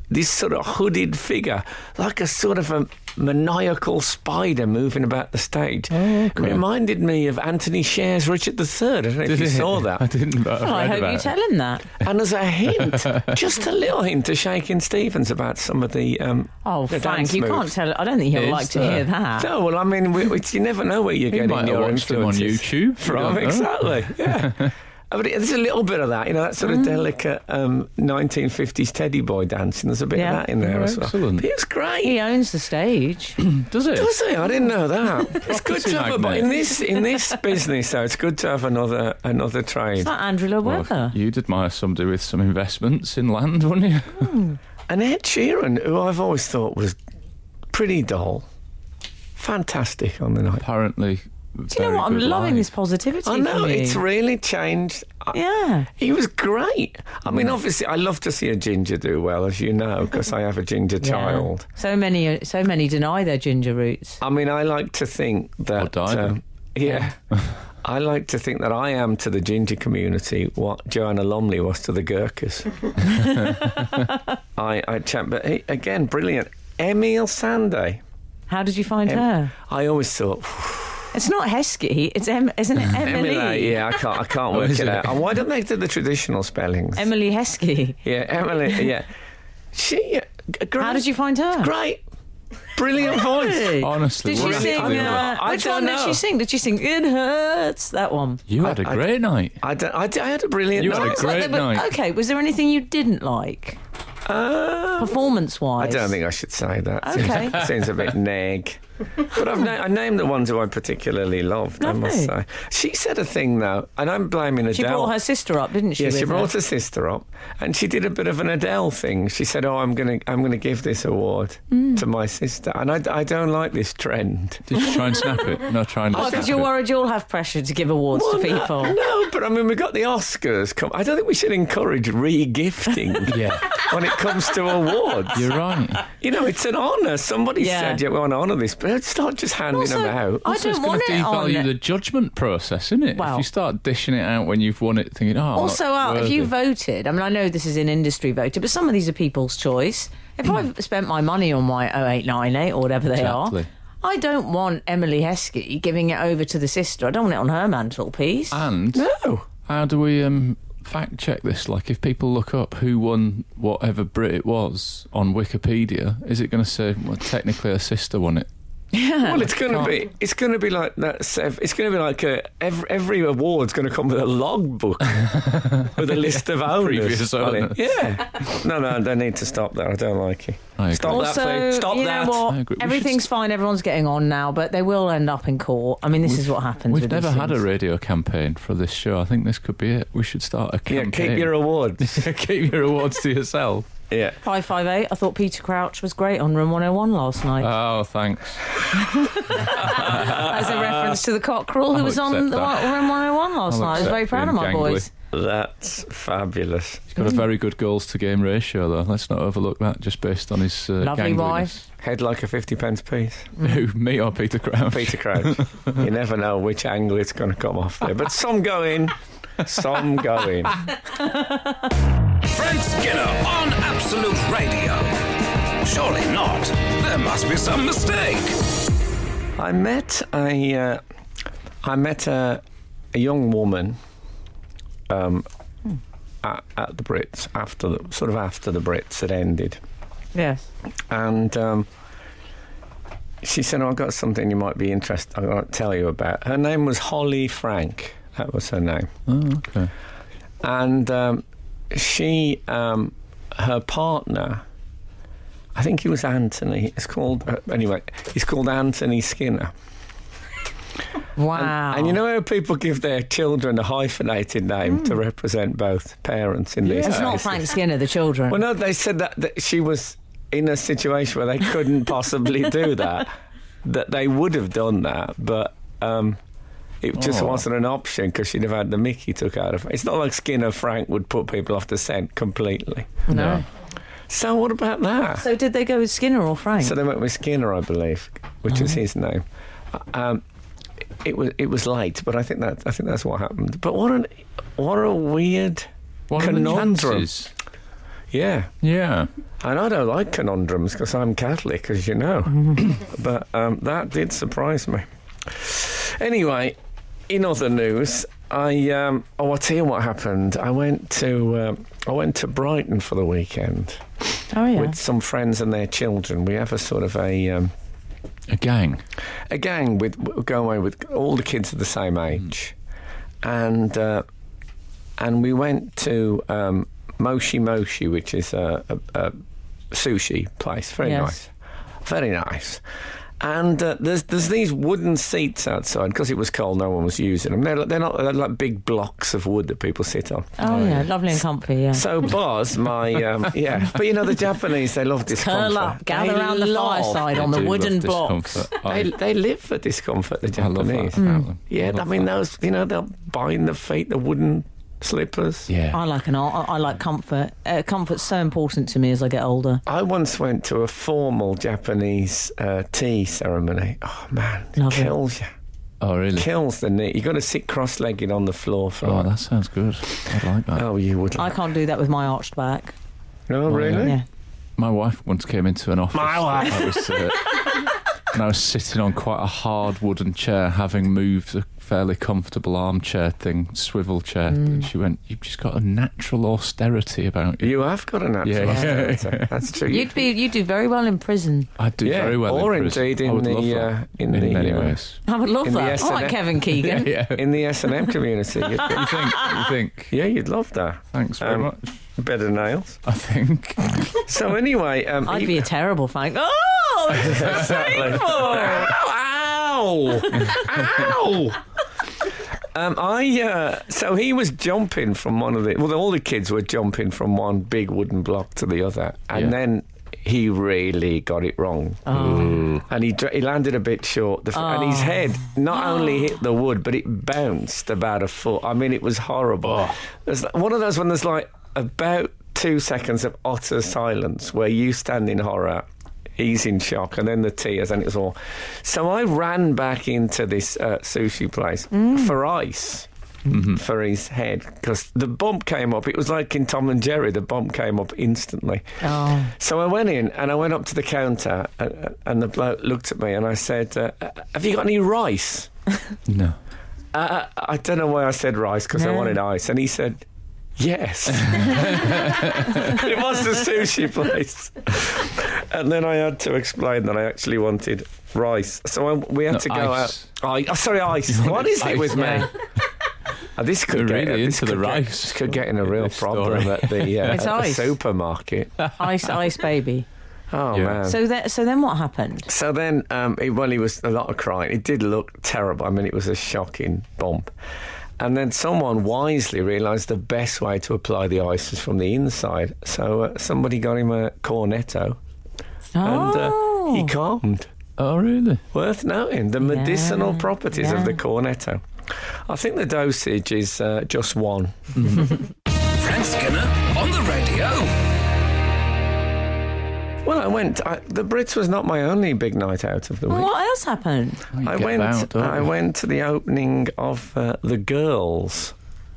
this sort of hooded figure, like a sort of a maniacal spider moving about the stage. Oh, It reminded me of Anthony Sher's Richard III. I don't know if you Did he? saw I that. didn't. But Well, Oh, I read hope about you it. tell him that. and as a hint, just a little hint to Shaking Stevens about some of the um, Oh, the Frank, dance you moves. can't tell. I don't think he'll Is like to there? hear that. No, well, I mean, we, it's, you never know where you're He getting might have your watched him on influences YouTube. You from. don't know. Exactly. Yeah. I mean, there's a little bit of that, you know, that Mm. sort of delicate um, 1950s teddy boy dancing. There's a bit Yeah. of that in there Oh, as well. excellent. But it's great. He owns the stage. Does it? Does he? I didn't know that. It's good to have a, but magnet. in this in this business though, it's good to have another another trade. That Andrew Well, Weather. You'd admire somebody with some investments in land, wouldn't you? And Ed Sheeran, who I've always thought was pretty dull, fantastic on the night. Apparently. Do you know what? I'm loving this this. positivity. I know from you. it's really changed. I- yeah. He was great. I mean, obviously, I love to see a ginger do well, as you know, because I have a ginger child. Yeah. So many, uh, so many deny their ginger roots. I mean, I like to think that. uh, Or die then. yeah. I like to think that I am to the ginger community what Joanna Lumley was to the Gurkhas. I, I champ, but he, again, brilliant. Emil Sande. How did you find Em- her? I always thought It's not Heskey. It's em- isn't it Emily? Emily. Yeah, I can't. I can't work is it it? out. And why don't they do the traditional spellings? Emily Heskey. yeah, Emily. Yeah, she. uh, g- Great. How did you find her? Great. Brilliant voice. Really? Honestly, did she we're sing? absolutely Uh, right. I which don't one did know. she sing? Did she sing "It Hurts"? That one. You had a I- I- great night. I, d- I d- I had a brilliant You had night. a Sounds like great they were- night. Okay. Was there anything you didn't like, Um, performance Ah. I wise? don't think I should say that. Okay. Seems, seems a bit nag. but I've na- I named the ones who I particularly loved. I must Lovely. say, she said a thing though, and I'm blaming Adele. She brought her sister up, didn't she? Yeah, she with brought her? her sister up, and she did a bit of an Adele thing. She said, "Oh, I'm gonna, I'm gonna give this award Mm. to my sister," and I, I don't like this trend. Did you try and snap it? No, try and Oh, snap because you're it. worried you'll have pressure to give awards to Well, people. No, no, but I mean, we got the Oscars. Come, I don't think we should encourage re-gifting. Yeah. When it comes to awards, You're right. you know, it's an honour. Somebody Yeah. said, "Yeah, we want to honour this," but it's not just handing Also, them out. I Also, don't it's want it to devalue on- the judgment process, isn't it? Well- if you start dishing it out when you've won it, thinking, "Oh, I'm also, uh, not Al, if you worthy." voted, I mean, I know this is an industry voter, but some of these are people's choice. If I've spent my money on my 0898 or whatever they Exactly. are, I don't want Emily Heskey giving it over to the sister. I don't want it on her mantelpiece. and no. How do we um, fact check this? Like, if people look up who won whatever Brit it was on Wikipedia, is it going to say, well, technically her sister won it? Well, it's going to be it's going to be like that. Sev, it's going to be like a, every, every award's going to come with a logbook with a list of owners. previous on it. owners. Yeah. No, no, they need to stop that. I don't like it. I agree. Stop also, that, please. Stop you that. know I what? agree. We should Everything's fine. Everyone's getting on now, but they will end up in court. I mean, this is what happens. We've with never these had a things. radio campaign for this show. I think this could be it. We should start a Yeah, campaign. keep your awards. keep your awards to yourself. Yeah. Five five eight. I thought Peter Crouch was great on Room One Hundred One last night. Uh, Oh, thanks. as a reference to the cockerel who I'll was on accept the that. Room 101 last I'll night. I was accept very proud of my being boys. That's fabulous. He's got a very good goals to game ratio, though. Let's not overlook that just based on his uh, Lovely gangliness. Head like a 50 pence piece. Who, me or Peter Crouch? Peter Crouch. you never know which angle it's going to come off there. But some go in, some go in. Frank Skinner on Absolute Radio. Surely not. There must be some mistake. I met a, uh, I met a, a young woman, um, at, at the Brits after the sort of after the Brits had ended, Yes. and um, she said, oh, "I've got something you might be interested. I got to tell you about." Her name was Holly Frank. That was her name, Oh, okay. and um, she, um, her partner. I think he was Anthony. It's called uh, anyway. He's called Anthony Skinner. Wow. And you know how people give their children a hyphenated name to represent both parents in these Hmm. it's not cases? Frank Skinner, the children. Well, no, they said that, that she was in a situation where they couldn't possibly do that. That they would have done that, but um, it just Oh. wasn't an option because she'd have had the Mickey took out of. It's not like Skinner Frank would put people off the scent completely. No. So what about that? So did they go with Skinner or Frank? So they went with Skinner, I believe, which is his name. Um, it was it was late, but I think that I think that's what happened. But what an what a weird What Conundrum. are the chances? yeah. Yeah. And I don't like conundrums because I'm Catholic, as you know. but um, that did surprise me. Anyway, in other news, I um, oh, I'll tell you what happened. I went to um, I went to Brighton for the weekend oh, yeah. with some friends and their children. We have a sort of a um, A gang. a gang with w- go away with all the kids are the same age, and uh, and we went to um, Moshi Moshi, which is a, a, a sushi place. Very Yes. nice, very nice. And uh, there's there's these wooden seats outside because it was cold. No one was using them. They're like- they're not they're like big blocks of wood that people sit on. oh, yeah. Lovely and comfy, yeah. So Boz, my um, yeah, but you know the Japanese they love this. Curl up, gather around the fireside on I the do wooden love blocks. discomfort. They, I, they live for discomfort. The I love that. Japanese. about Mm. them. Yeah, I love mean that. those. You know, they'll bind the feet, the wooden slippers. Yeah. I like an art. I I like comfort. Uh, comfort's so important to me as I get older. I once went to a formal Japanese uh, tea ceremony. Oh man, it Love it. kills you. oh, really? Kills the knee. You got to sit cross-legged on the floor for. Oh, Oh, that sounds good. I like that. oh you would. I Like. can't do that with my arched back. Oh, really? Yeah. My wife once came into an office. My that wife. I was, uh, and I was sitting on quite a hard wooden chair, having moved a fairly comfortable armchair thing, swivel chair. Mm. And she went, You've just got a natural austerity about you. You have got an Yeah, natural. yeah. Yeah. That's true. You'd be. You'd do very well in prison. I do Yeah, very well. or in prison. indeed in I would the, love that. uh, in in, the, many uh, ways. I would love In the that. I like SNF. Kevin Keegan. Yeah. in the S and M community. You'd, you think? You think? yeah, you'd love that. Thanks very Um, much. better nails. I think. So anyway, um, I'd he- be a terrible fan. Oh, this is so painful. Ow! Ow! Ow! Um, I uh, so he was jumping from one of the well, all the kids were jumping from one big wooden block to the other, and Yeah. then he really got it wrong, Mm. and he dr- he landed a bit short, the f- and his head not only hit the wood, but it bounced about a foot. I mean, it was horrible. There's one of those when there's like about two seconds of utter silence where you stand in horror he's in shock, and then the tears, and it's all. So I ran back into this uh, sushi place for ice. For his head, because the bump came up. It was like in Tom and Jerry, the bump came up instantly. Oh. So I went in and I went up to the counter, and, and the bloke looked at me and I said, uh, Have you got any rice? No. Uh, I don't know why I said rice because I No. wanted ice. And he said, Yes. it was the sushi place. And then I had to explain that I actually wanted rice. So I, we had No, to go ice. out. I, oh, sorry, ice. What is it ice. with me? Yeah. Oh, this could You're get really this into the could get- rice. this could get in a real This problem story. at the, uh, It's at the ice. supermarket. Ice, ice, baby. Oh, Yeah. man. So, that, so then what happened? So then, um, it, well, he was a lot of crying. It did look terrible. I mean, it was a shocking bump. And then someone wisely realised the best way to apply the ice is from the inside. So uh, somebody got him a cornetto, and oh, uh, he calmed. Oh, really? Worth noting the medicinal Yeah, properties yeah. of the cornetto. I think the dosage is uh, just one. Frank Skinner on the radio. Well, I went. I, the Brits was not my only big night out of the week. what else happened? You I get went. about, don't I you? went to the opening of uh, the Girls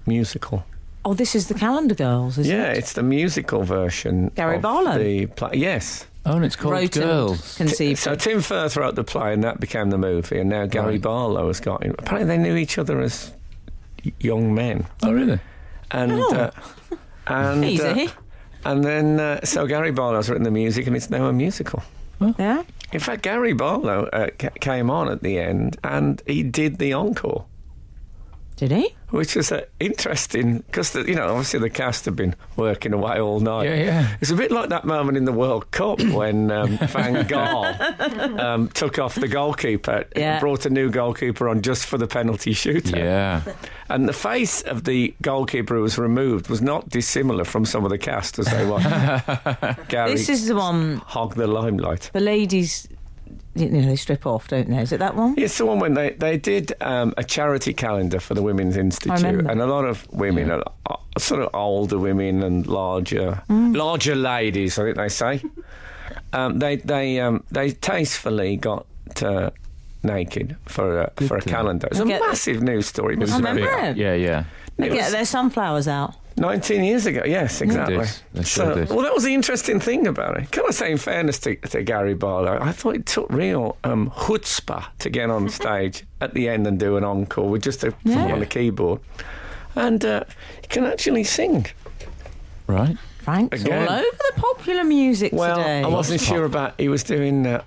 musical. Oh, this is the Calendar Girls, is Yeah, it? it's the musical version. Gary of Barlow? The play. Yes. Oh, and it's called Wrote and Girls. conceived. So Tim Firth wrote the play, and that became the movie, and now Gary Right. Barlow has got in. Apparently, they knew each other as y- young men, Oh, really? and Oh. uh, and Easy. uh, and then uh, so Gary Barlow's written the music, and it's now a musical. uh, yeah. In fact, Gary Barlow uh, ca came on at the end, and he did the encore. Did he? which is uh, interesting because you know obviously the cast have been working away all night. Yeah, yeah. It's a bit like that moment in the World Cup when um, Van Gaal um, took off the goalkeeper, Yeah. and brought a new goalkeeper on just for the penalty shootout, Yeah. and the face of the goalkeeper who was removed was not dissimilar from some of the cast as they were. Gary This is the one hog the limelight. the ladies, you know, they strip off, don't they? Is it that one? It's the one when they, they did um, a charity calendar for the Women's Institute, remember. and a lot of women, a lo- uh, sort of older women and larger Mm. larger ladies, I think they say, um, they they um, they tastefully got uh, naked for a, for a Good calendar. It's a Get- massive news story. I It remember it. Yeah, yeah. They was get their sunflowers out. 19 years ago, yes, exactly. did. They sure did. Well, that was the interesting thing about it. Can I say, in fairness to, to Gary Barlow, I thought it took real um, chutzpah to get on stage at the end and do an encore with just a, someone on Yeah. the keyboard. And uh, he can actually sing. Right. Frank's Again. all over the popular music Well, today. I wasn't Chutzpah. sure about. He was doing. Uh,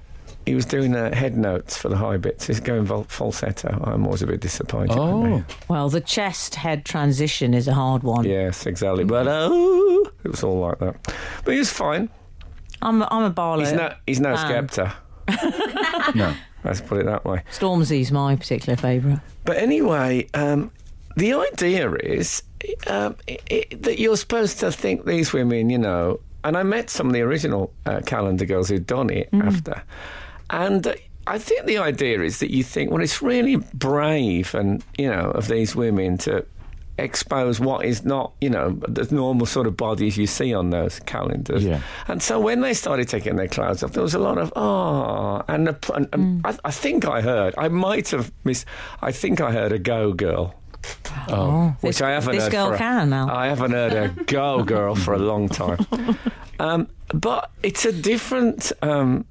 he was doing uh, head notes for the high bits. He's going vol- falsetto. I'm always a bit disappointed. with Oh. me. Well, the chest head transition is a hard one. Yes, exactly. But oh, it was all like that. But he was fine. I'm, I'm a Barlow. He's no, he's no fan. Skepta. No. Let's put it that way. Stormzy's my particular favourite. But anyway, um, the idea is um, i i that you're supposed to think these women, you know, and I met some of the original uh, calendar girls who'd done it after, and. Uh, I think the idea is that you think, well, it's really brave and, you know, of these women to expose what is not, you know, the normal sort of bodies you see on those calendars. Yeah. And so when they started taking their clothes off, there was a lot of ah, and, a, and Mm. and I, I think I heard, I might have missed, I think I heard a go girl, Oh, which this, I haven't This heard. Ah. girl for a- can now. I haven't heard a go girl for a long time. Um, but it's a different, um,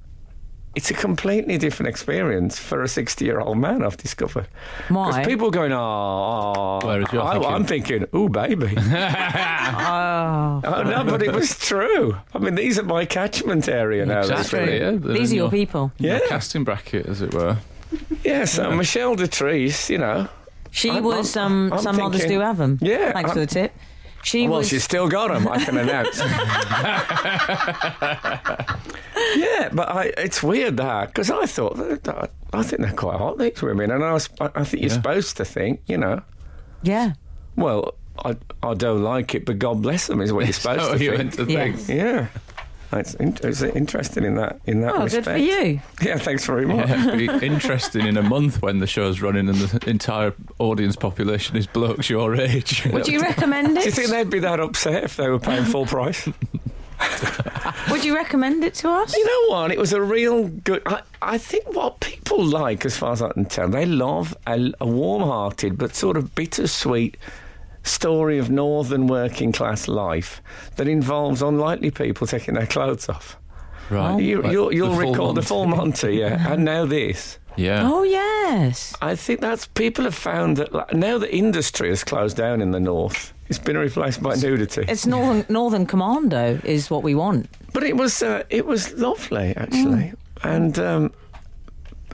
it's a completely different experience for a sixty-year-old man. I've discovered. 'Cause Why? people going, ah, Whereas you're I, I'm thinking, ooh, baby. oh, Oh, no, but it was true. I mean, these are my catchment area now. these Exactly. women. Yeah. They're these are in your people. Yeah. Casting bracket, as it were. Yeah, so uh, Michelle Detrice, you know. She I'm- was. I'm- um, I'm some mothers thinking- do have them. Yeah, Thanks for I'm- Oh, the tip. She well, was. she's still got them. I can announce. yeah, but I, it's weird that because I thought uh, I think they're quite hot these women, and I, was, I I think you're Yeah. supposed to think, you know, yeah. well, I I don't like it, but God bless them is what you're supposed So to Oh, you think. went to Yeah. think. Yeah. It's, in- it's interesting in that in that Oh, respect. good for you. Yeah, thanks very much. Yeah, it'd be interesting in a month when the show's running and the entire audience population is blokes your age. Would you recommend Do you think it? they'd be that upset if they were paying full price? you Would you recommend it to us? know what? It was a real good. I, I think what people like, as far as I can tell, they love a, a warm-hearted but sort of bittersweet story of northern working class life that involves unlikely people taking their clothes off. Right. you, like you'll the you'll full recall the month. full Monty, yeah, and now this. Yeah. Oh yes. I think that's people have found that like, now the industry has closed down in the north. It's been replaced by nudity. It's Northern Northern Commando is what we want. but it was uh, it was lovely actually, and um,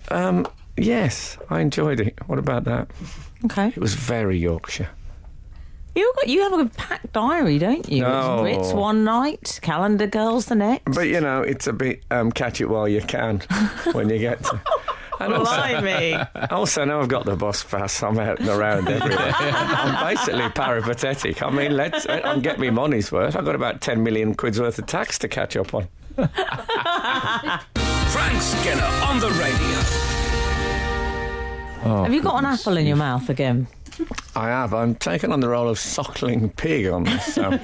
um, yes, I enjoyed it. What about that? Okay. It was very Yorkshire. You got you have a packed diary, don't you? No. It's Brits one night, Calendar Girls the next. But you know, it's a bit um, catch it while you can when you get to. And also, Blimey. also, now I've got the bus pass. I'm out and around everywhere. I'm basically peripatetic. I mean, let's I'm get me money's worth. I've got about ten million quid's worth of tax to catch up on. Frank Skinner on the radio. Oh, have you got an goodness. apple in your mouth again? I have. I'm taking on the role of suckling pig on this. So.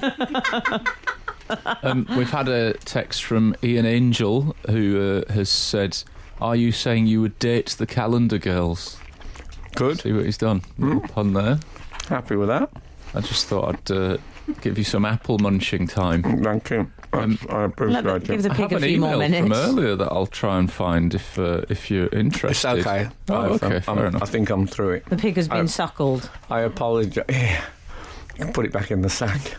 Oh. Um, we've had a text from Ian Angel who uh, has said, "Are you saying you would date the Calendar Girls?" Good. See what he's done. Hmm. Little Pun there. Happy with that. I just thought I'd uh, give you some apple munching time. Thank you. Um, I Let appreciate the, give the I pig have a an few more email from minutes. earlier that I'll try and find if uh, if you're It's interested. okay. Oh, I've- okay, I'm- fair I'm- enough. I think I'm through it. The pig has been Oh. suckled. I apologise. Yeah. You can Put it back in the sack.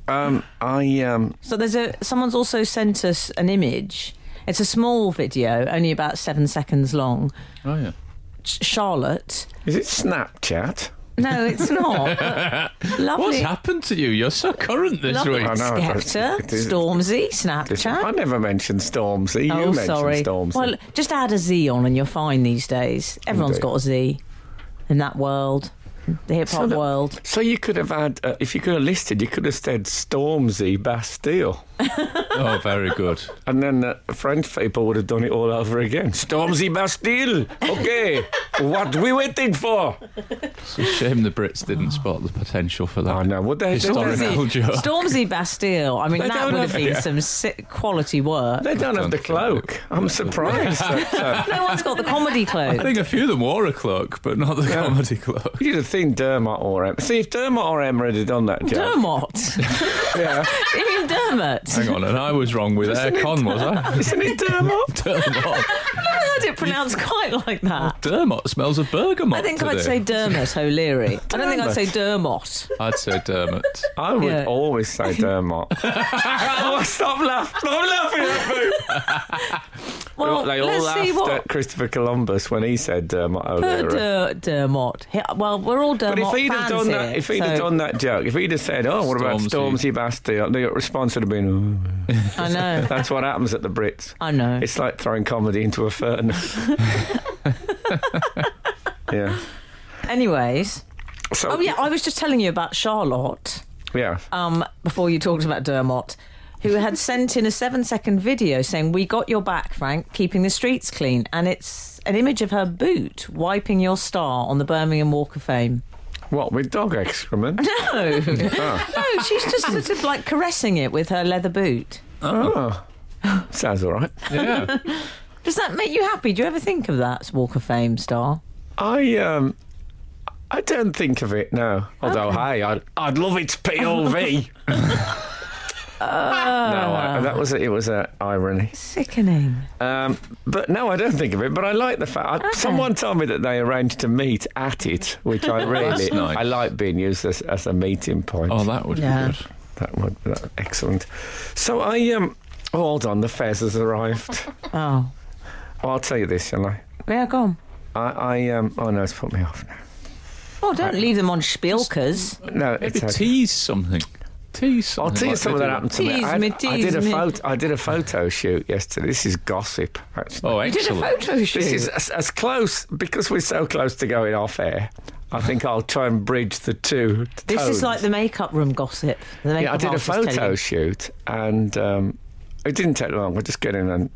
um, I um, So there's a someone's also sent us an image. It's a small video, only about seven seconds long. Oh yeah. Ch- Charlotte. is it Snapchat? No, it's not. but What's lovely. happened to you? You're so current this Lovely week. I know, Skepta, it is- Stormzy, This- I Snapchat. never mentioned Stormzy. you Oh, mentioned sorry. Stormzy. Well, just add a Z on and you're fine these days. Everyone's Indeed. got a Z in that world, the hip So hop the- world. so you could have had, uh, if you could have listed, you could have said Stormzy Bastille, Oh, very good. and then the French people would have done it all over again. Stormzy Bastille. Okay, what we waiting for? It's a shame the Brits didn't spot the potential for that. Oh no, would they? Historic. They, Ronaldo. Stormzy Bastille. I mean, They that don't would have have- been yeah. some sick quality work. they don't I have the don't think cloak. I'm surprised. that, uh, No one's got the comedy I clothes. think a few of them wore a cloak, but not the comedy cloak. you'd have seen Dermot or Emma. See if Dermot or Emma had done that job. Dermot. Yeah, Ian Dermot. Hang on, and I was wrong with aircon, was I? isn't it Dermot? Dermot. I heard it pronounced quite like that. Dermot smells of bergamot. I think today. I'd say Dermot O'Leary. I don't think I'd say Dermot. I'd say Dermot. I would Yeah. always say Dermot. oh, stop laughing! Stop laughing at me. Well, they all let's laughed see what. at Christopher Columbus when he said Dermot Put O'Leary. Der- Dermot. He- Well, we're all Dermot But if he'd fans have done here, that, if he'd have so- done that joke, if he'd have said, "Oh, what about Stormzy. Stormzy Bastille?" the response would have been, "Oh." I know, "That's what happens at the Brits." I know. It's like throwing comedy into a furnace. yeah. Anyways, So, oh yeah, I was just telling you about Charlotte. yeah. um, before you talked about Dermot, who had sent in a seven second video saying, We got your back, Frank, keeping the streets clean. And it's an image of her boot wiping your star on the Birmingham Walk of Fame. What with dog excrement? No. Ah. no, she's just sort of like caressing it with her leather boot. oh, sounds all right. Yeah. Does that make you happy? Do you ever think of that Walk of Fame star? I um, I don't think of it no. Although, hey, I'd, I'd love its POV. no, I, that was it. Was a irony. Sickening. Um, but no, I don't think of it. But I like the fact. I, someone told me that they arranged to meet at it, which I really, That's nice. I like being used as, as a meeting point. Oh, that would Yeah. be good. That would that, excellent. So I um, oh, hold on, the fez has arrived. Oh. oh, I'll tell you this, shall I? Yeah, go on. I, I um, oh no, it's put me off now. Oh, don't leave them on Spielkers. No, Maybe it's okay. tease something. Tease something. I'll tell you like something they that do. happened to me. Tease I, me, I did tease a me. photo. I did a photo shoot yesterday. This is gossip, actually. Oh, You did a excellent. photo shoot. This is as, as close because we're so close to going off air. I think I'll try and bridge the two. This tones. is like the makeup room gossip. The yeah. I makeup did a artist telling photo you. shoot, and um, it didn't take long. I just get in and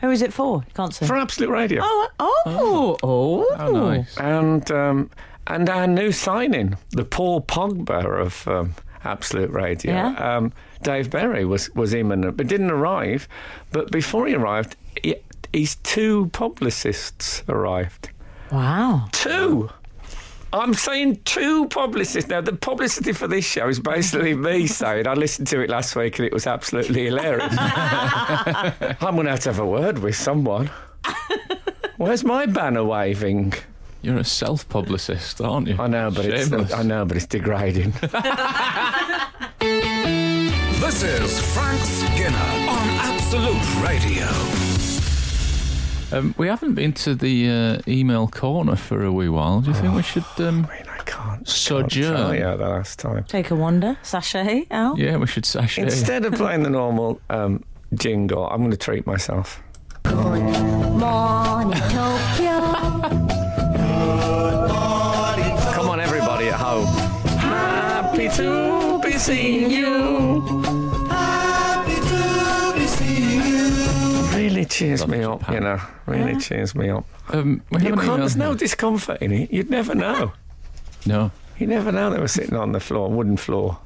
Who is it for? You can't say. for Absolute Radio, oh, oh, oh, Oh, nice. and um, and our new signing, the Paul Pogba of um, Absolute Radio, Yeah. um, Dave Berry was was imminent, but didn't arrive. But before he arrived, he, his two publicists arrived. Wow. Two. I'm saying two publicists. Now, the publicity for this show is basically me saying, I listened to it last week and it was absolutely hilarious. I'm going to have to have a word with someone. Where's my banner waving? You're a self publicist, aren't you? I know, but Shameless. it's I know, but it's degrading. This is Frank Skinner on Absolute Radio. Um, we haven't been to the uh, email corner for a wee while. Do you think we should? Um, I mean, I can't. Sojourn. I can't tell you the last time. Take a wander. Sachet out. yeah, we should sashay. Instead of playing the normal um, jingle, I'm going to treat myself. Morning Tokyo. Come on, everybody at home. Happy to be seeing you. Really cheers me up, you know. Really cheers me up. um, we You haven't can't, there's emailed no you. discomfort in it. You'd never know. no. You never know they were sitting on the floor, wooden floor.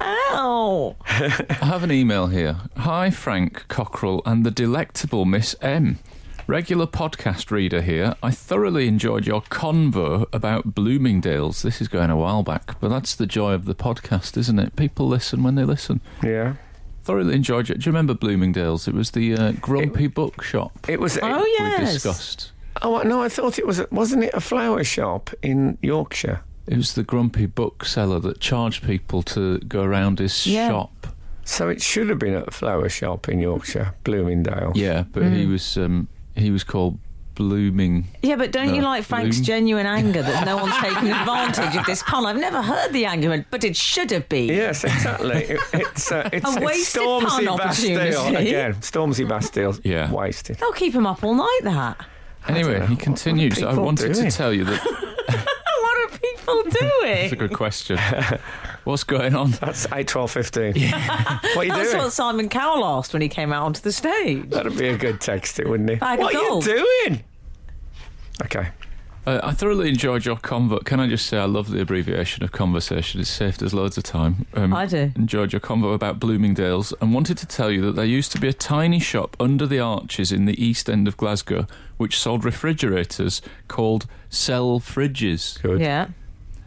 Ow. I have an email here. Hi, Frank Cockrell and the delectable Miss M. Regular podcast reader here. I thoroughly enjoyed your convo about Bloomingdale's. This is going a while back, but that's the joy of the podcast, isn't it? People listen when they listen. Yeah. Thoroughly enjoyed it. Do you remember Bloomingdale's? It was the uh, Grumpy Bookshop It was. Oh, yes. we discussed. Oh no, I thought it was. Wasn't it a flower shop in Yorkshire? It was the grumpy bookseller that charged people to go around his Yeah. shop. So it should have been at a flower shop in Yorkshire, Bloomingdale. Yeah, but he was um, he was called Blooming. Yeah, but don't you No. like Frank's Bloom. genuine anger that no one's taken advantage of this pun? I've never heard the argument, but it should have been. Yes, exactly. It- it's uh, it's, A it's wasted pun Stormzy opportunity. Bastille again. Stormzy Bastille. Yeah. wasted. They'll keep him up all night, that. know. Anyway, What- he what are continues. I people wanted to doing? tell you that. what are people That's a doing? good question. What's going on? That's eight, twelve, fifteen. What are you That's doing? what Simon Cowell asked when he came out onto the stage. That'd be a good text, it wouldn't it? Bag of what are you gold. doing? Okay. Uh, I thoroughly enjoyed your convo. Can I just say I love the abbreviation of conversation. It's saved us loads of time. Um, I do. Enjoyed your convo about Bloomingdale's and wanted to tell you that there used to be a tiny shop under the arches in the east end of Glasgow which sold refrigerators called Sell Fridges. Good. Yeah.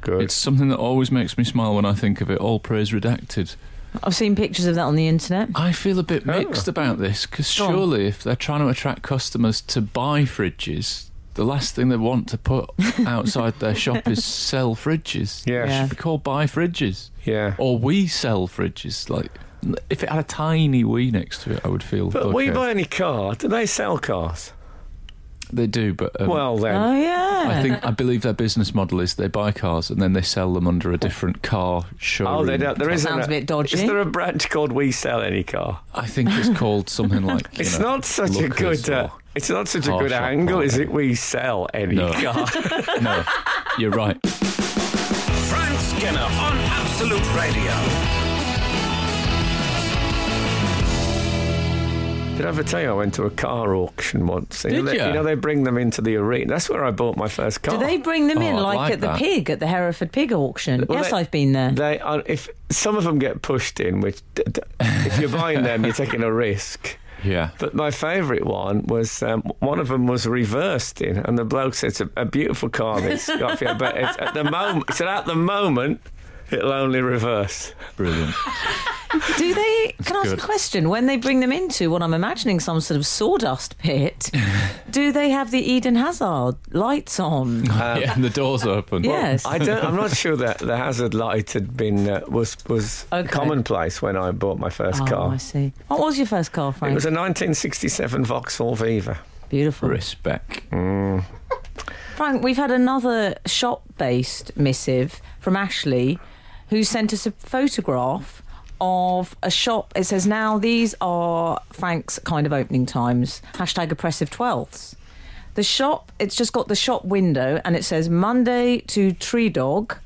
Good. It's something that always makes me smile when I think of it. All praise redacted. I've seen pictures of that on the internet. I feel a bit mixed about this because Go on. surely if they're trying to attract customers to buy fridges, the last thing they want to put outside their shop is sell fridges. Yeah. It should be called buy fridges. Yeah. Or we sell fridges. Like if it had a tiny we next to it, I would feel. but okay. we buy any car? Do they sell cars? they do, but um, Well then. Oh, yeah. I think I believe their business model is they buy cars and then they sell them under a different car showroom. Oh, they don't. There isn't. sounds a bit dodgy. Is there a branch called We Sell Any Car? I think it's called something like. you It's know, not such a Lookers good. Uh, or- it's not such a car good shop angle, or is it? whatever. We sell any No. car. no, you're right. Frank Skinner on Absolute Radio. Did I ever tell you I went to a car auction once? You Did know, they, ya? know they bring them into the arena. That's where I bought my first car. Do they bring them in Oh, I like, like at the that. pig, at the Hereford pig auction? Well, yes, they- I've been there. They are, if some of them get pushed in, which d- d- if you're buying them, you're taking a risk. Yeah. But my favourite one was um, one of them was reversed in, and the bloke said, "It's a, a beautiful car, this, Garfield, but it's at the moment, it's at the moment, it'll only reverse." Brilliant. um, Do they? Can I ask good. a question? When they bring them into what I'm imagining some sort of sawdust pit, do they have the Eden Hazard lights on? yeah, and the door's open. yes. I don't. I'm not sure that the hazard light had been uh, was was Okay. commonplace when I bought my first oh, car. I see. What was your first car, It Frank? was a 1967 Vauxhall Viva. Beautiful. Respect. Frank, we've had another shop based missive from Ashley who sent us a photograph of a shop. It says, Now these are Frank's kind of opening times. Hashtag oppressive twelfths. The shop, it's just got the shop window and it says Monday to Tree Dog.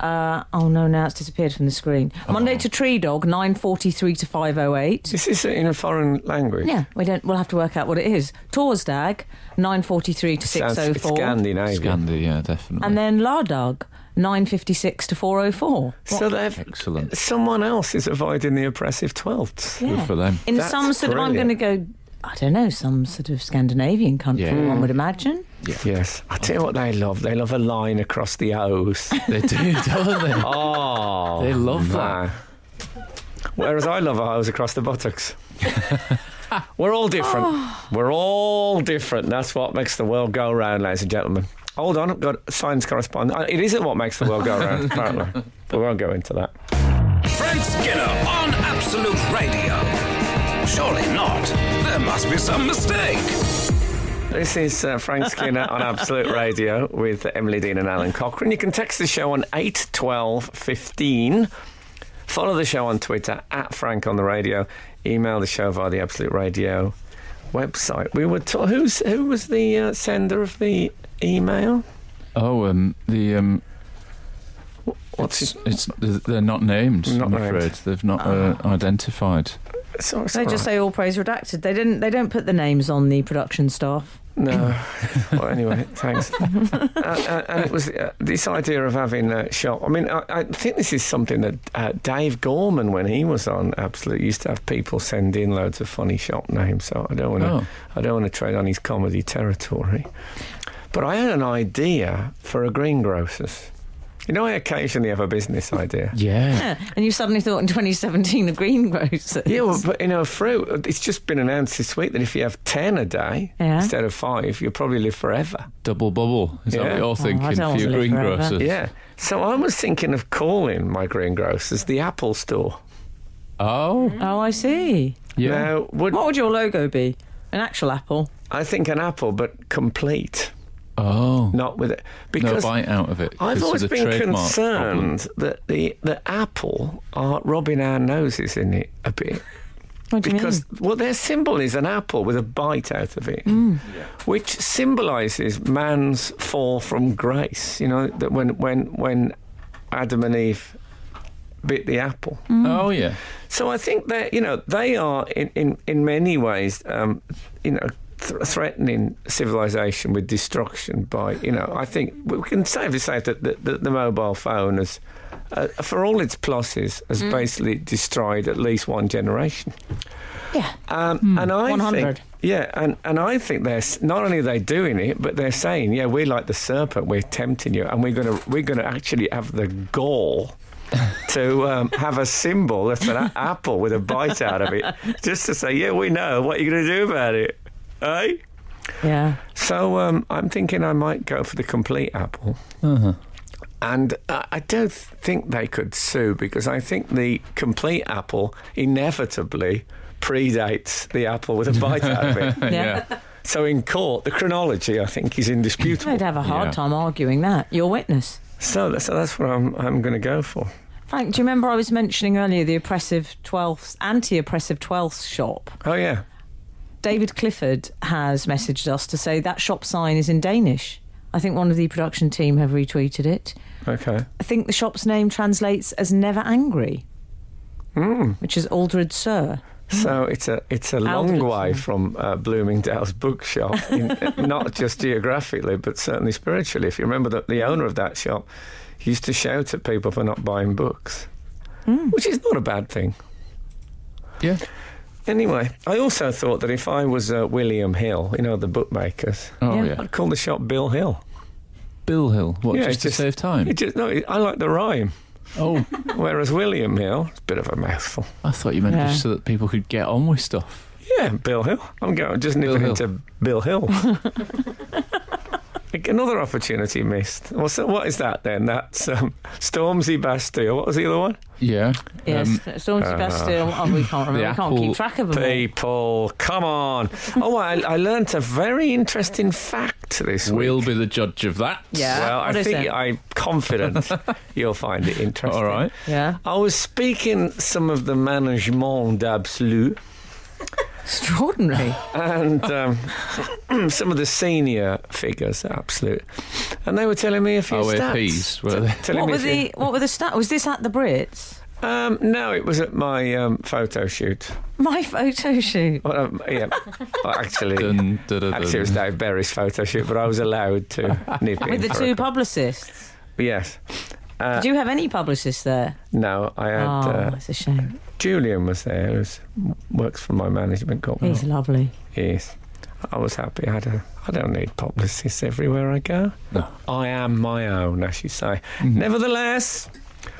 Uh, oh no! Now it's disappeared from the screen. Oh. Monday to Tree Dog, nine forty-three to five oh eight. This is in a foreign language. Yeah, we don't. We'll have to work out what it is. Torsdag, nine forty-three to six Sounds oh it's four, Scandinavian. Scandi, yeah, definitely. and then Lardag, nine fifty-six to four oh four. So they've Excellent. someone else is avoiding the oppressive twelfths. Good for them. In That's some sort of, I'm going to brilliant. go. I don't know, some sort of Scandinavian country. Yeah. One would imagine. Yes, I tell you what they love. They love a line across the O's. They do, don't they? oh, They love man. Whereas I love O's across the buttocks. We're all different. Oh. We're all different. That's what makes the world go round, ladies and gentlemen. Hold on, I've got a science correspondent. Uh, It isn't what makes the world go round, apparently. But we won't go into that. Frank Skinner on Absolute Radio. Surely not. There must be some mistake. This is uh, Frank Skinner on Absolute Radio with Emily Dean and Alan Cochrane. You can text the show on 8 12 15. Follow the show on Twitter at Frank on the Radio. Email the show via the Absolute Radio website. We were ta- who's who was the uh, sender of the email? Oh, um, the um, What's his? it's they're not named. Not I'm named. afraid they've not uh, Ah. identified. Sorry, They just say all praise redacted. They didn't. They don't put the names on the production staff. No. well, anyway, thanks. uh, uh, and it was uh, this idea of having a shop. I mean, I, I think this is something that uh, Dave Gorman, when he was on Absolute, used to have people send in loads of funny shop names. So I don't want to. Oh. I don't want to trade on his comedy territory. But I had an idea for a greengrocer's. You know, I occasionally have a business idea. Yeah. Yeah. And you suddenly thought in 2017 the greengrocer. Yeah, well, but you know, fruit, it's just been announced this week that if you have 10 a day Yeah. instead of five, you'll probably live forever. Double bubble. Is that Yeah. what Oh, you're I thinking don't for want your to live forever. greengrocers? Yeah. So I was thinking of calling my greengrocers the Apple Store. Oh, Oh, I see. yeah. Oh. Now, would What would your logo be? An actual apple. I think an apple, but complete, Oh, not with no it, because bite out of it. 'cause I've of always the been trademark problem. concerned that the the apple are rubbing our noses in it a Mm. bit. What do you because mean? well their symbol is an apple with a bite out of it Mm. which symbolizes man's fall from grace you know that when when when adam and eve bit the apple Oh yeah. So I think that you know they are in in, in many ways, um, you know. Th- threatening civilization with destruction by you know I think we can safely say that the, the, the mobile phone has, uh, for all its pluses, has basically destroyed at least one generation. Yeah. Um, And I 100. think, yeah, and, and I think they're s- not only are they doing it, but they're saying, yeah, we're like the serpent, we're tempting you, and we're gonna we're gonna actually have the gall to um, have a symbol that's an a- apple with a bite out of it, just to say, yeah, we know what you're gonna do about it, eh? Yeah. So um, I'm thinking I might go for the complete apple. And uh, I don't think they could sue because I think the complete apple inevitably predates the apple with a bite out of it. Yeah. So in court, the chronology I think is indisputable. I'd have a hard Yeah. time arguing that. Your witness. So, tha- so that's what I'm, I'm going to go for. Frank, do you remember I was mentioning earlier the oppressive 12th, anti oppressive 12th shop? Oh yeah, David Clifford has messaged us to say that shop sign is in Danish. I think one of the production team have retweeted it. okay. I think the shop's name translates as Never Angry, Hmm. which is Aldred Sir. So it's a it's a long Aldridge, way yeah. from uh, Bloomingdale's bookshop, in, not just geographically but certainly spiritually. If you remember that the owner of that shop used to shout at people for not buying books, which is not a bad thing. Yeah. Anyway, I also thought that if I was uh, William Hill, you know the bookmakers, Oh Yeah. yeah. I'd call the shop Bill Hill. Bill Hill. What? Yeah, just to just- save time. It just, no, it- I like the rhyme. oh, Whereas William Hill, it's a bit of a mouthful. I thought you meant Yeah. just so that people could get on with stuff. Yeah, Bill Hill. I'm going just nipping Hill. into Bill Hill. Another opportunity missed. Well, so what is that then? That's um, Stormzy Bastille. What was the other one? Yeah. Yes, Um, uh, Stormzy Bastille. Oh, we can't remember. the We can't Apple keep track of them. all. People, come on. Oh, I, I learnt a very interesting fact this week. we'll be the judge of that. Yeah. Well, What I is think it? I'm confident you'll find it interesting. All right. Yeah. I was speaking some of the management d'absolu Extraordinary. and um, some of the senior figures at absolute, and they were telling me a few stats. OAPs, Oh, were they? Telling what me a were few- the what were the stats? Was this at the Brits? Um, no, it was at my um, photo shoot. My photo shoot. Well, um, yeah, well, actually, Dun, dun, dun, actually, it was dun. Dave Berry's photo shoot, but I was allowed to nip in With the for two a- publicists. Yes. Did you have any publicists there? No, I had oh, uh, it's a shame. Julian was there. Who's works for my management company. He's lovely. Yes, I was happy. I, had a, I don't need publicists everywhere I go. No. Mm-hmm. I am my own, as you say. Nevertheless,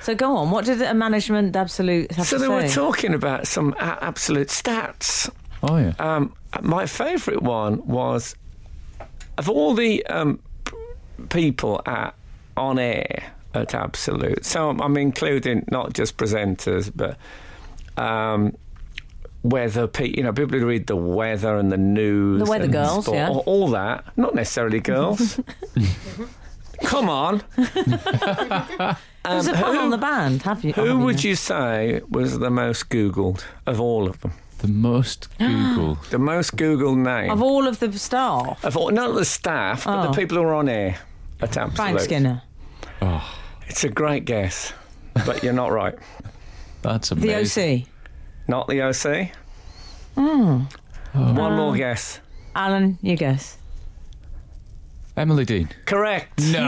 So go on. What did a management absolute have so to they say? were talking about some a- absolute stats. Oh, yeah. Um, my favourite one was of all the um, p- people at, on air at Absolute. So I'm, I'm including not just presenters, but um, weather. pe- You know, people who read the weather and the news, The weather and girls, sport, yeah. all, all that. Not necessarily girls. Come on, There's a pun who- on the band. Have you? Oh, who would you say was the most googled of all of them? The most Google. The most googled name Of all of the staff, Of all, not the staff, but Oh. the people who are on air at Absolute. Frank Skinner, It's a great guess, but you're not right. That's the amazing. OC, Not the OC. Hmm. One more guess. Alan. You guess. Emily Dean. Correct. No.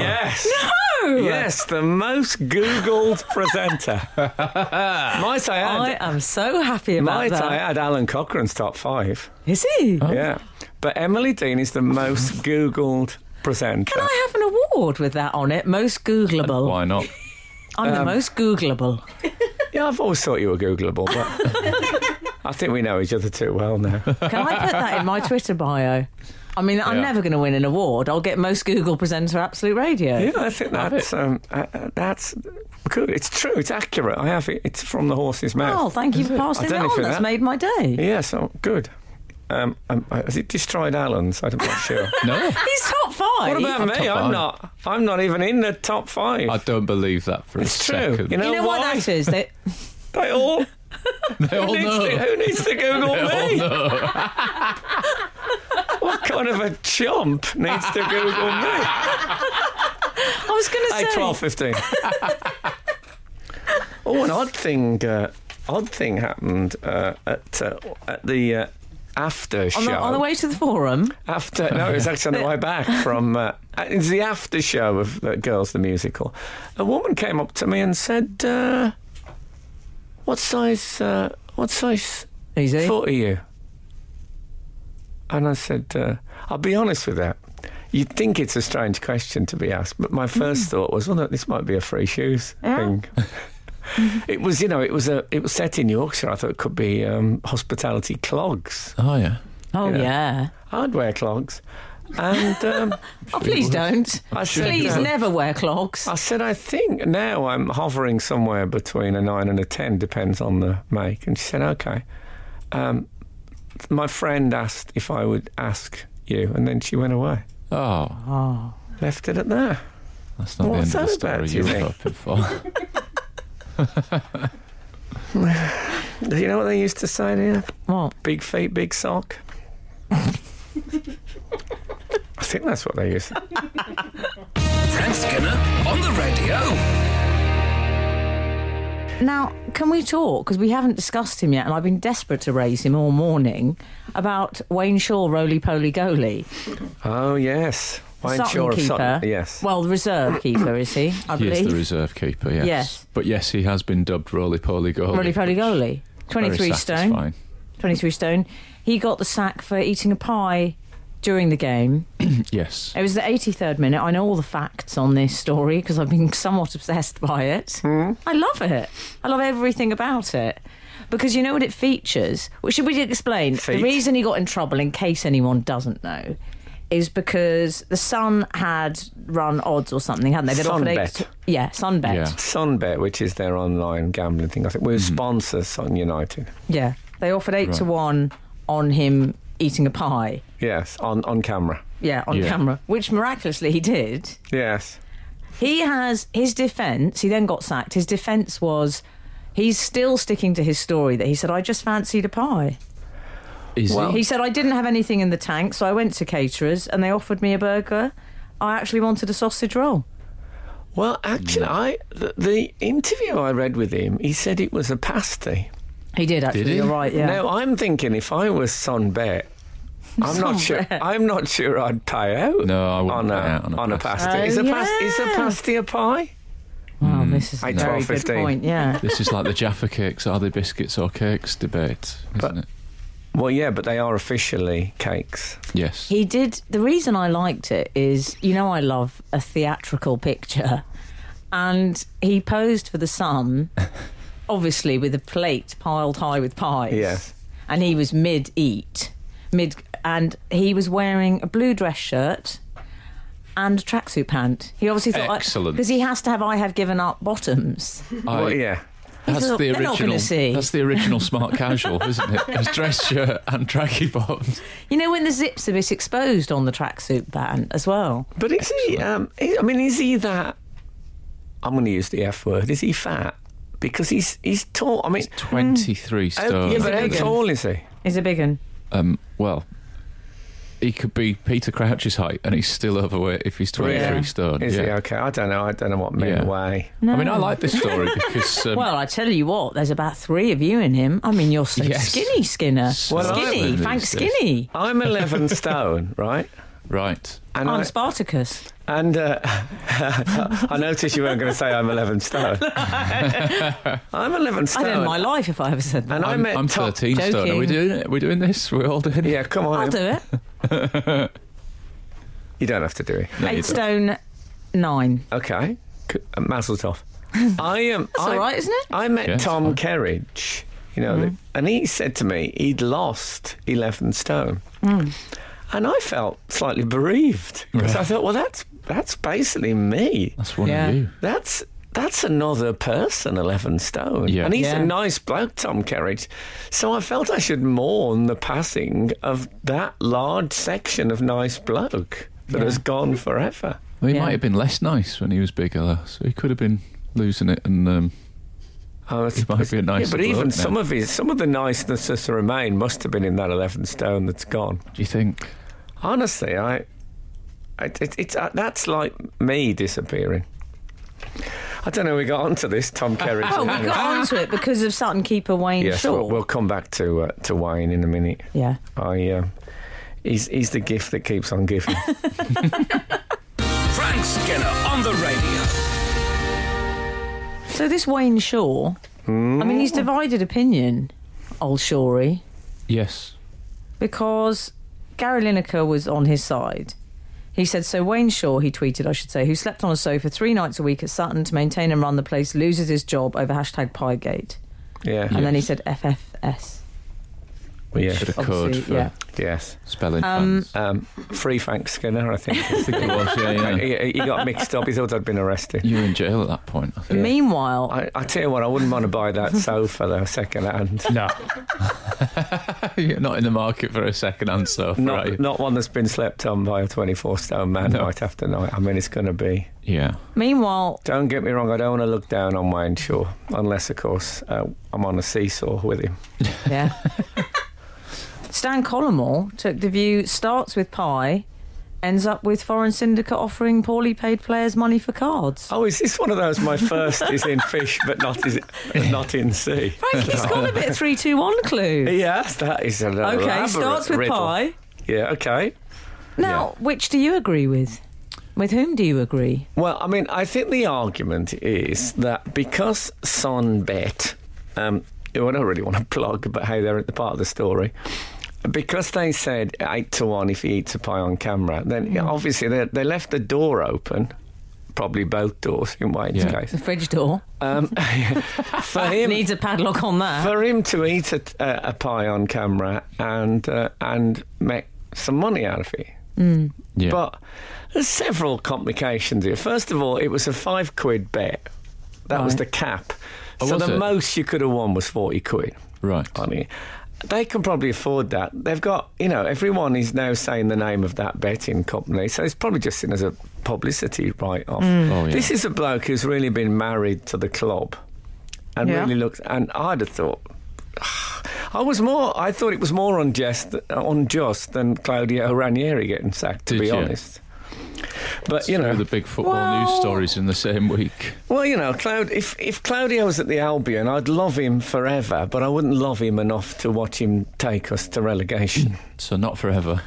Yes. No. Yes, the most Googled presenter. might I add? I am so happy about might I that. add Alan Cochran's top five? Is he? Yeah. But Emily Dean is the most Googled presenter. Can I have an award with that on it? Most Googleable. Why not? I'm Um, the most Googleable. Yeah, I've always thought you were Googleable, but I think we know each other too well now. Can I put that in my Twitter bio? I mean, I'm Yeah. never going to win an award. I'll get most Google presenter Absolute Radio. Yeah, I think that's um, uh, uh, that's good. It's true. It's accurate. I have it. It's from the horse's mouth. Oh, thank you for passing I that don't know on. if it- That's made my day. Yeah, so good. Um, um, uh, has it destroyed Alan's? I'm not sure. No. He's top five. what about top me? I'm five. not. I'm not even in the top five. I don't believe that for It's a true. second. You know- you know why? what that is? That they all. they all Who needs, know. to, who needs to Google me? what kind of a chump needs to Google me? I was going to Hey, say. 12, 15. oh, an odd thing. Uh, odd thing happened uh, at uh, at the uh, after show. On the, on the way to the forum, After no, it was actually on the way back from. Uh, it's the after show of uh, Girls the Musical. A woman came up to me and said, uh, "What size? Uh, what size easy. foot are you?" And I said, uh, "I'll be honest with that." You'd think it's a strange question to be asked, but my first thought was, "Well, no, this might be a free shoes thing." it was, you know, it was a, it was set in Yorkshire. I thought it could be um, hospitality clogs. Oh, yeah. oh know. yeah. I'd wear clogs. And um, Oh please don't. I said, Please uh, never wear clogs. I said, I think now I'm hovering somewhere between a nine and a ten, depends on the make. And she said, okay. Um, my friend asked if I would ask you, and then she went away. Oh, Left it at that. that's not What's the end that of the story about, do you you were think? hoping for. Do you know what they used to say there? What? Big feet, big sock. I think that's what they used. to- Frank Skinner on the radio. Now, can we talk? Because we haven't discussed him yet, and I've been desperate to raise him all morning about Wayne Shaw, roly poly goaly, Oh, yes. Wine Sutton Shaw of keeper. Sutton. Yes. Well, reserve keeper is he? I He is believe. the reserve keeper, yes. Yes. But yes, he has been dubbed Roly Poly Goalie. roly poly goalie. Very 23 stone. satisfying. 23 stone. He got the sack for eating a pie during the game. Yes. It was the 83rd minute. I know all the facts on this story because I've been somewhat obsessed by it. Hmm. I love it. I love everything about it. Because you know what it features? Well, should we explain? Feet. The reason he got in trouble, in case anyone doesn't know, is because the Sun had run odds or something, hadn't they? They'd offered Sunbet. eight- Yeah, Sunbet. Yeah. Sunbet, which is their online gambling thing, I think we were sponsors on United. Yeah. They offered eight to Right. one on him eating a pie. Yes, on, on camera. Yeah, on Yeah. camera, which miraculously he did. Yes. He has his defence. He then got sacked. His defence was he's still sticking to his story that he said I just fancied a pie. Is Well- he? He said I didn't have anything in the tank, so I went to caterers and they offered me a burger. I actually wanted a sausage roll. Well, actually, I the, the interview I read with him, he said it was a pasty. He did actually. he? You're right. Yeah. Now I'm thinking, if I was Sonbet, I'm not sure. Sonbet. I'm not sure I'd pay out. No, I wouldn't on a, pay out on a pasty. pasty. is, a Oh, pas- is a yeah. pasty a pie? Wow, this is a Eight, very twelve, good 15. point. Yeah. This is like the Jaffa cakes. Are they biscuits or cakes debate, isn't But- it? Well, yeah, but they are officially cakes. Yes. He did. The reason I liked it is, you know, I love a theatrical picture, and he posed for the sun, obviously with a plate piled high with pies. Yes. and he was mid eat, mid, and he was wearing a blue dress shirt. And a tracksuit pant. He obviously thought Excellent. because he has to have. I have given up bottoms. I- Well, yeah. That's They're the not gonna original. see. That's the original smart casual, isn't it? It's dress shirt and tracky bottoms. You know when the zips are a bit exposed on the tracksuit pant as well. But is he? Um, i- I mean, is he that? I'm going to use the F word. Is he fat? Because he's he's tall. I mean, Twenty-three how- stone. yeah, but how Again. tall is he? He's a big one. Um, well, he could be Peter Crouch's height, and he's still overweight if he's twenty-three Really? stone. Is yeah. he okay? I don't know. I don't know what men Yeah. weigh. I mean, I like this story because um, Well, I tell you what, there's about three of you in him. I mean, you're so Yes. skinny, Skinner. So skinny, slim, thanks, isn't it? Skinny. I'm 11 stone, right? right. And I'm I, Spartacus. and uh, I noticed you weren't going to say I'm 11 stone. I'm 11 I'd stone. end my life if I ever said that. and I I'm, met I'm top- thirteen stone. Are we Joking. doing it? Are we doing this? We're all doing it. Yeah, come on. I'll do it. You don't have to do it. No, you Eight don't. stone nine. Okay. C- uh, Mazel tov. I am. That's I, all right, isn't it? Mm-hmm. I met Yeah, it's Tom Kerridge, you know, the- and he said to me he'd lost 11 stone. Mm. And I felt slightly bereaved. 'Cause I thought, well, that's, that's basically me. That's one Yeah. of you. That's that's another person, eleven stone, Yeah. and he's Yeah. a nice bloke, Tom Kerridge. So I felt I should mourn the passing of that large section of nice bloke that has gone forever. Well, he Yeah. might have been less nice when he was bigger, though, so he could have been losing it. And um, Oh, that's- He might be a nicer yeah, but even bloke now. some of his, some of the niceness that's remained must have been in that eleven stone that's gone. do you think? Honestly, I, I it, it's uh, that's like me disappearing. I don't know. We got onto this, Tom Kerridge. Oh, we got onto it because of Sutton keeper Wayne yes, Shaw. we'll, we'll come back to uh, to Wayne in a minute. yeah. I um, he's he's the gift that keeps on giving. Frank Skinner on the radio. So this Wayne Shaw, I mean, Mm. he's divided opinion, old Shawry, Yes. because Gary Lineker was on his side. He said, So Wayne Shaw, he tweeted, I should say, who slept on a sofa three nights a week at Sutton to maintain and run the place, loses his job over hashtag Piegate. yeah. And then he said FFS. Well, Should have yes. code Obviously, for yeah. Yes. spelling Um, fans. Um, free Frank Skinner, I think. I think it was, yeah, yeah. he, he got mixed up. He thought I'd been arrested. You were in jail at that point. I think. Meanwhile, I, I tell you what, I wouldn't want to buy that sofa though, second hand. No. You're not in the market for a second-hand sofa, Not, right? not one that's been slept on by a 24 stone man No. night after night. I mean, it's going to be. Yeah. meanwhile, Don't get me wrong, I don't want to look down on Wayne Shaw, unless, of course, uh, I'm on a seesaw with him. yeah. Stan Collymore took the view starts with pie, ends up with foreign syndicate offering poorly paid players money for cards. Oh, is this one of those? My first is in fish, but not, is, but not in sea. Frankie's got a bit of three, two, one clue. Yes, that is an Okay, elaborate starts with riddle. pie. Yeah, okay. Now, which do you agree with? With whom do you agree? Well, I mean, I think the argument is that because Sonbet, um, who I don't really want to plug, but hey, they're at the part of the story. Because they said eight to one if he eats a pie on camera, then Hmm. yeah, obviously they, they left the door open, probably both doors in Wayne's Yeah. case. The fridge door Um, for him, needs a padlock on that. for him to eat a, a, a pie on camera and uh, and make some money out of it. Yeah. But there's several complications here. First of all, it was a five quid bet. That was Right. the cap. Oh, so was the it? most you could have won was 40 quid. right. I mean, they can probably afford that. They've got, you know, everyone is now saying the name of that betting company, so it's probably just seen as a publicity write off. Oh, yeah. This is a bloke who's really been married to the club and Yeah. really looked, and I'd have thought. I was more. I thought it was more unjust, uh, unjust than Claudio Ranieri getting sacked. To Did be you? honest, but you know, the big football Well- news stories in the same week. well, you know, Cloud. If if Claudio was at the Albion, I'd love him forever, but I wouldn't love him enough to watch him take us to relegation. So not forever.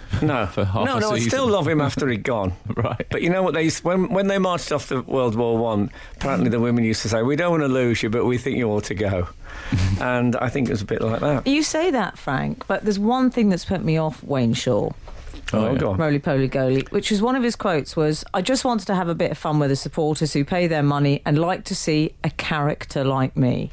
No, For half no, a no. I season. still love him after he'd gone. Right. But you know what they used, when when they marched off the World War One, apparently the women used to say, "We don't want to lose you, but we think you ought to go," and I think it was a bit like that. You say that, Frank, but there's one thing that's put me off Wayne Shaw. Oh, yeah. go on. roly poly goalie, which was one of his quotes was, I just wanted to have a bit of fun with the supporters who pay their money and like to see a character like me.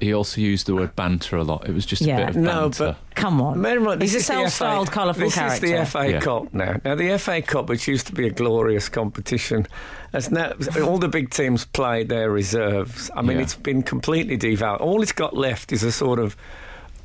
He also used the word banter a lot. It was just Yeah. a bit of No, banter. but- Come on. Bear in mind, He's this a is the self styled, FA colourful This character. is the FA Yeah. Cup now. Now the FA Cup, which used to be a glorious competition, has now all the big teams play their reserves. I mean, Yeah. it's been completely devalued. All it's got left is a sort of.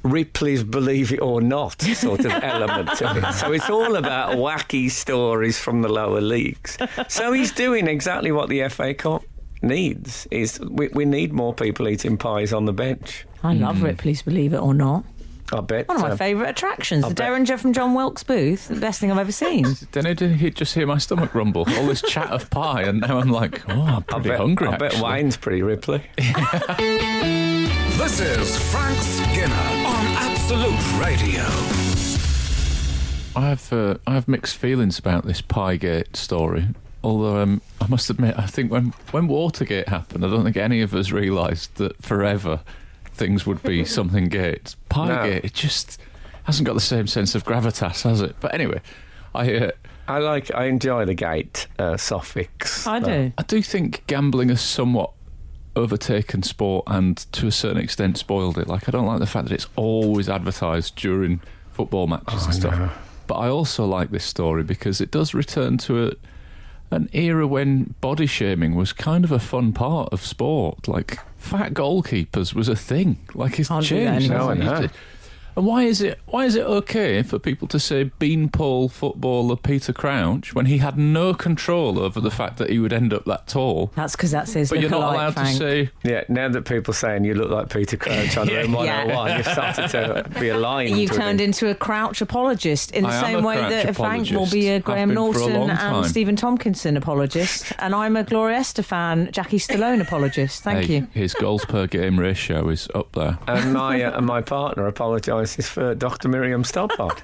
Ripley's Believe It or Not sort of element to it. So it's all about wacky stories from the lower leagues. So he's doing exactly what the FA Cup needs is we, we need more people eating pies on the bench. I love Mm. Ripley's Believe It or Not. I bet. One of my um, favourite attractions. the bet- Derringer from John Wilkes Booth, the best thing I've ever seen. Then I did he just hear my stomach rumble? All this chat of pie, and now I'm like, oh, I'm pretty bet- hungry. I bet actually. wine's pretty Ripley. This is Frank Skinner on Absolute Radio. I have uh, I have mixed feelings about this Piegate story. Although um, I must admit, I think when when Watergate happened, I don't think any of us realised that forever things would be something gate. Piegate it just hasn't got the same sense of gravitas, has it? But anyway, I. Uh, I like, I enjoy the gate uh, suffix. I do. I do think gambling has somewhat overtaken sport and to a certain extent spoiled it. Like, I don't like the fact that it's always advertised during football matches and stuff. But I also like this story because it does return to a, an era when body shaming was kind of a fun part of sport. Like, fat goalkeepers was a thing. Like, it's Can't do that changed. anymore. No, I hasn't it? know. And why is it why is it okay for people to say beanpole footballer Peter Crouch when he had no control over the fact that he would end up that tall? That's because that's his But you're not lookalike, allowed to Frank. say Yeah, now that people are saying you look like Peter Crouch on Room 101, you've started to be aligned. You've with turned him. into a crouch apologist in the I am same a way crouch that Frank will apologist. be a I've Graham been for a Norton long and time. Stephen Tompkinson apologist. and I'm a Gloria Estefan, Jackie Stallone apologist. Thank hey, you. his goals per game ratio is up there. And my, uh, and my partner apologises for Dr. Miriam Stoppard,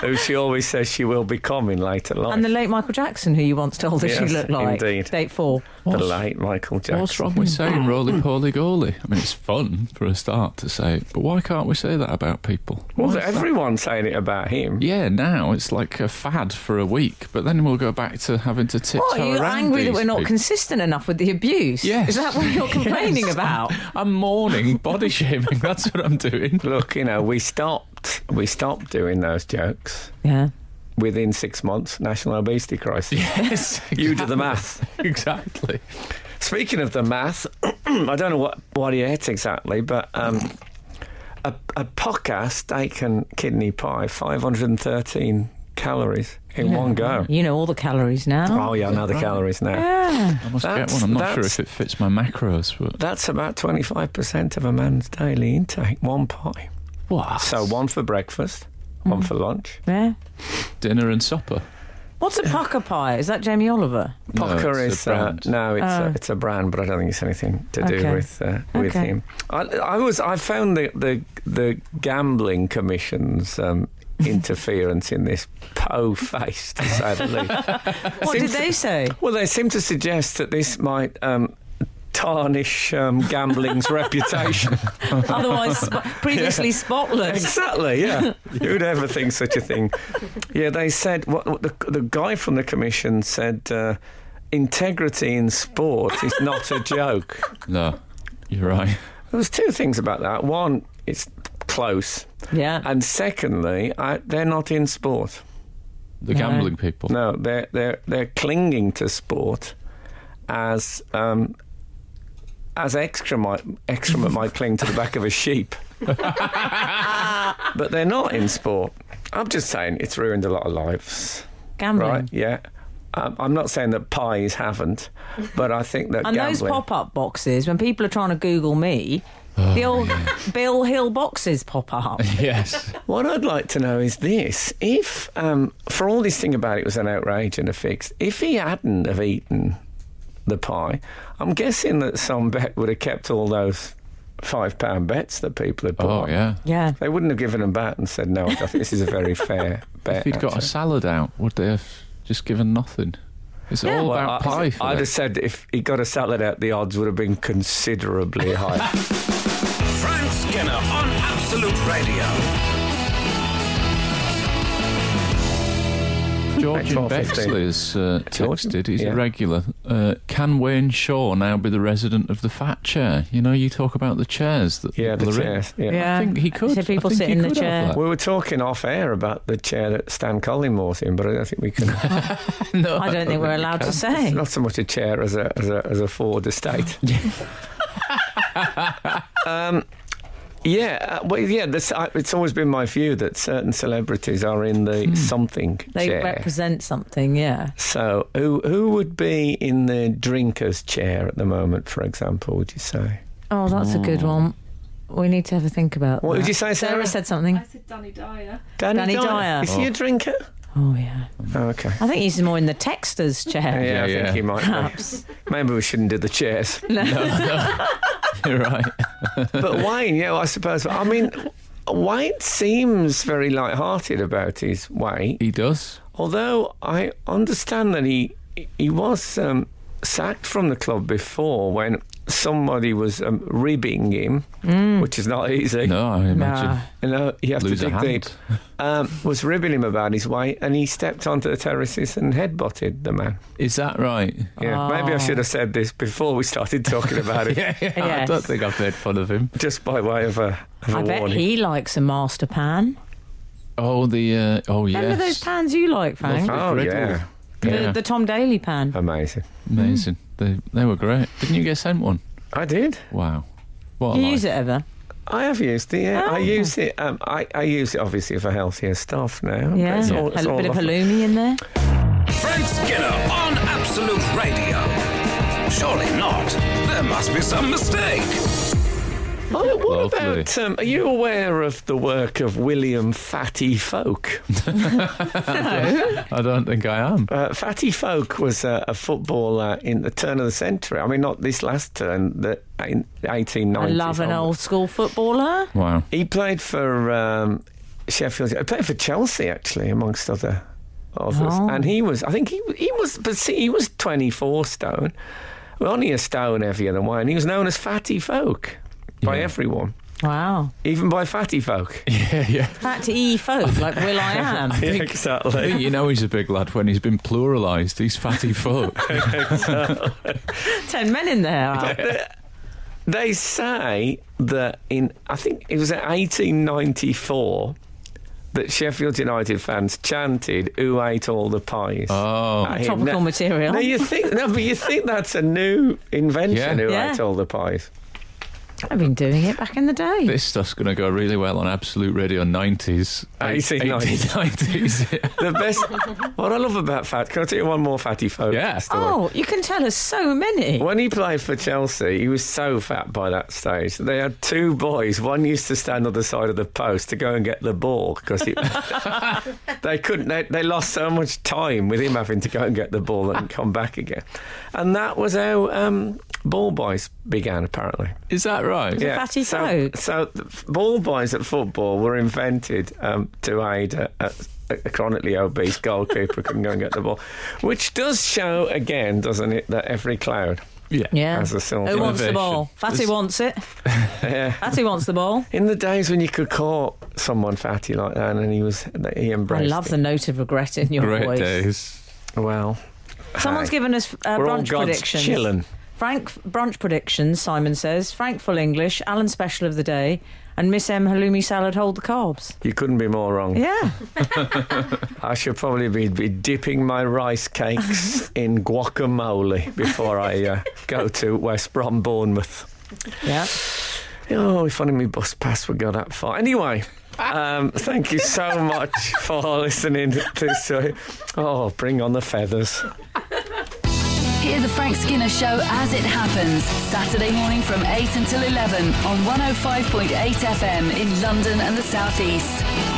who she always says she will become in later life. And the late Michael Jackson, who you once told us Yes, you looked like. indeed. Date four. The late Michael Jackson. What's wrong Hmm. with saying roly poly goalie? I mean, it's fun for a start to say, it, but why can't we say that about people? Was Why it is that- everyone saying it about him? Yeah, now it's like a fad for a week, but then we'll go back to having to tiptoe What, are you around angry that these we're not people. consistent enough with the abuse? Yes. Is that what you're complaining Yes. about? I'm mourning body shaming. That's what I'm doing. Look, you know, we stopped. We stopped doing those jokes Yeah. within six months. National obesity crisis. Yes, You do the math. exactly. Speaking of the math, I don't know what, what he ate exactly, but um, a, a pocker steak and kidney pie, 513 calories in one go. You know all the calories now. Oh, yeah, I know the calories now. Yeah. I must That's- get one. I'm not that's- sure if it fits my macros, but That's about 25% of a man's daily intake, one pie. what? So one for breakfast, one for lunch. Yeah. dinner and supper. What's a pucker pie? Is that Jamie Oliver? No, Pocker it's a is uh, brand. no, it's Oh. a, it's a brand, but I don't think it's anything to do Okay. with uh, with Okay. him. I, I was I found the the, the gambling commission's um, interference in this po faced, to say the least. What did Seems- they say? Well, they seem to suggest that this might. Um, Tarnish um, gambling's reputation. Otherwise, sp- previously spotless. Exactly, yeah. Who'd ever think such a thing? Yeah, they said, what, what the, the guy from the commission said, uh, integrity in sport is not a joke. No, you're right. There was two things about that. One, it's close, Yeah. and secondly, I, they're not in sport. the gambling people. No, they're they're they're clinging to sport as um, as extra might excrement might cling to the back of a sheep. but they're not in sport. I'm just saying it's ruined a lot of lives, Gambling. right? Yeah. Um, I'm not saying that pies haven't, but I think that And those gambling. pop up boxes, when people are trying to Google me, the Oh, old Bill Hill boxes pop up. Yes. What I'd like to know is this: if, um, for all this thing about it was an outrage and a fix, if he hadn't have eaten the pie, I'm guessing that some bet would have kept all those five pound bets that people had put. Oh on. yeah. Yeah. They wouldn't have given them back and said, "No, I think this is a very fair bet." If he'd got a actually." salad out, would they have just given nothing? It's all Well, about I, pie. For I'd them. have said if he got a salad out, the odds would have been considerably higher. Frank Skinner on Absolute Radio. George in 12:15. Bexley has uh, George? texted. He's Yeah. a regular. Uh, can Wayne Shaw now be the resident of the fat chair? You know, you talk about the chairs that Yeah, the people are in. chairs. Yeah. Yeah. I think he could. So people I think sit he in the could have chair. that. We were talking off air about the chair that Stan Collingwore's in, but I don't think we can. no, I don't think we're allowed to say. It's not so much a chair as a as a, as a Ford estate. um, yeah, uh, well, yeah. This, I, it's always been my view that certain celebrities are in the something Hmm. They chair. represent something, yeah. so, who who would be in the drinker's chair at the moment, for example? Would you say? Oh, that's a good one. We need to have a think about What that. did you say, Sarah? said something. I said Danny Dyer. Danny, Danny Dyer. Is he a drinker? Oh, yeah. Oh, okay. I think he's more in the texter's Yeah, chair. I yeah. think he might. Be. Perhaps. Maybe we shouldn't do the chairs. You're right. but Wayne, yeah, I suppose. I mean, Wayne seems very light-hearted about his way, He does. although I understand that he he was um, sacked from the club before when somebody was um, ribbing him, Mm. which is not easy. No, I imagine. Nah. You know, you have Lose to a dig hand. deep. Um, was ribbing him about his way, and he stepped onto the terraces and headbutted the man. Is that right? Yeah, maybe I Oh. should have said this before we started talking about it, yeah, I Yes. don't think I've made fun of him. just by way of a, of a I bet warning. he likes a master pan. Oh, the uh, oh yes, Remember those pans you like, Frank? Oh Riddle. yeah, Yeah. The, the Tom Daly pan. amazing. amazing. They they were great. Didn't you get sent one? I did. Wow. What? a Oh, you life. use it ever? I have used it. Yeah, I Oh. use it. Um, I, I use it obviously for healthier stuff now. but Yeah. it's all- it's a all bit of off- halloumi in there. Frank Skinner on Absolute Radio. Surely not. There must be some mistake. Oh, what Lovely. about? Um, are you aware of the work of William Fatty Folk? I don't think I am. Uh, Fatty Folk was a, a footballer in the turn of the century. I mean, not this last turn, the eighteen I nineties. love an old school footballer. Wow. He played for um, Sheffield. He played for Chelsea, actually, amongst other others. Oh. And he was, I think he he was, but see, he was twenty four stone, well, only a stone heavier than Wayne. He was known as Fatty Folk by Yeah. everyone, Wow. even by Fatty Folk. Yeah, yeah. Fat E folk, like Will I Am. I think exactly. you know he's a big lad when he's been pluralised. He's fatty folk. Ten men in there. They say that in, I think it was in eighteen ninety four. That Sheffield United fans chanted, "Who ate all the pies?" Oh, at him. Now- Tropical material. No, you think no, but you think that's a new invention. Yeah. Who Yeah. ate all the pies? I've been doing it back in the day. this stuff's going to go really well on Absolute Radio 90s. 1890s. 1890s. The best. what I love about Fat. Can I tell you one more fatty folk? Yeah. story? Oh, you can tell us so many. When he played for Chelsea, he was so fat by that stage. They had two boys. One used to stand on the side of the post to go and get the ball because they couldn't. They, they lost so much time with him having to go and get the ball and come back again. And that was how um, ball boys began, apparently. Is that right? Yeah, Fatty so, Folk. so the f- ball boys at football were invented um, to aid a, a, a chronically obese goalkeeper who couldn't go and get the ball, which does show again, doesn't it, that every cloud Yeah. yeah. has a silver. Who wants the Innovation. ball? Fatty This- wants it. Fatty wants the ball. In the days when you could call someone fatty like that, and he was he I embraced. love it. the note of regret in your Great voice. days. Well, Someone's hey, given us uh, we're all brunch God's predictions. chilling. Frank brunch predictions. Simon says Frank full English. Alan special of the day. and Miss M halloumi salad hold the carbs. You couldn't be more wrong. Yeah. I should probably be, be dipping my rice cakes in guacamole before I uh, go to West Brom, Bournemouth. Yeah. Oh, if only my bus pass would go that far. Anyway, um, thank you so much for listening to this. uh, Oh, bring on the feathers. Hear the Frank Skinner Show as it happens. Saturday morning from oh 8 until 11 on 105.8 FM in London and the South East.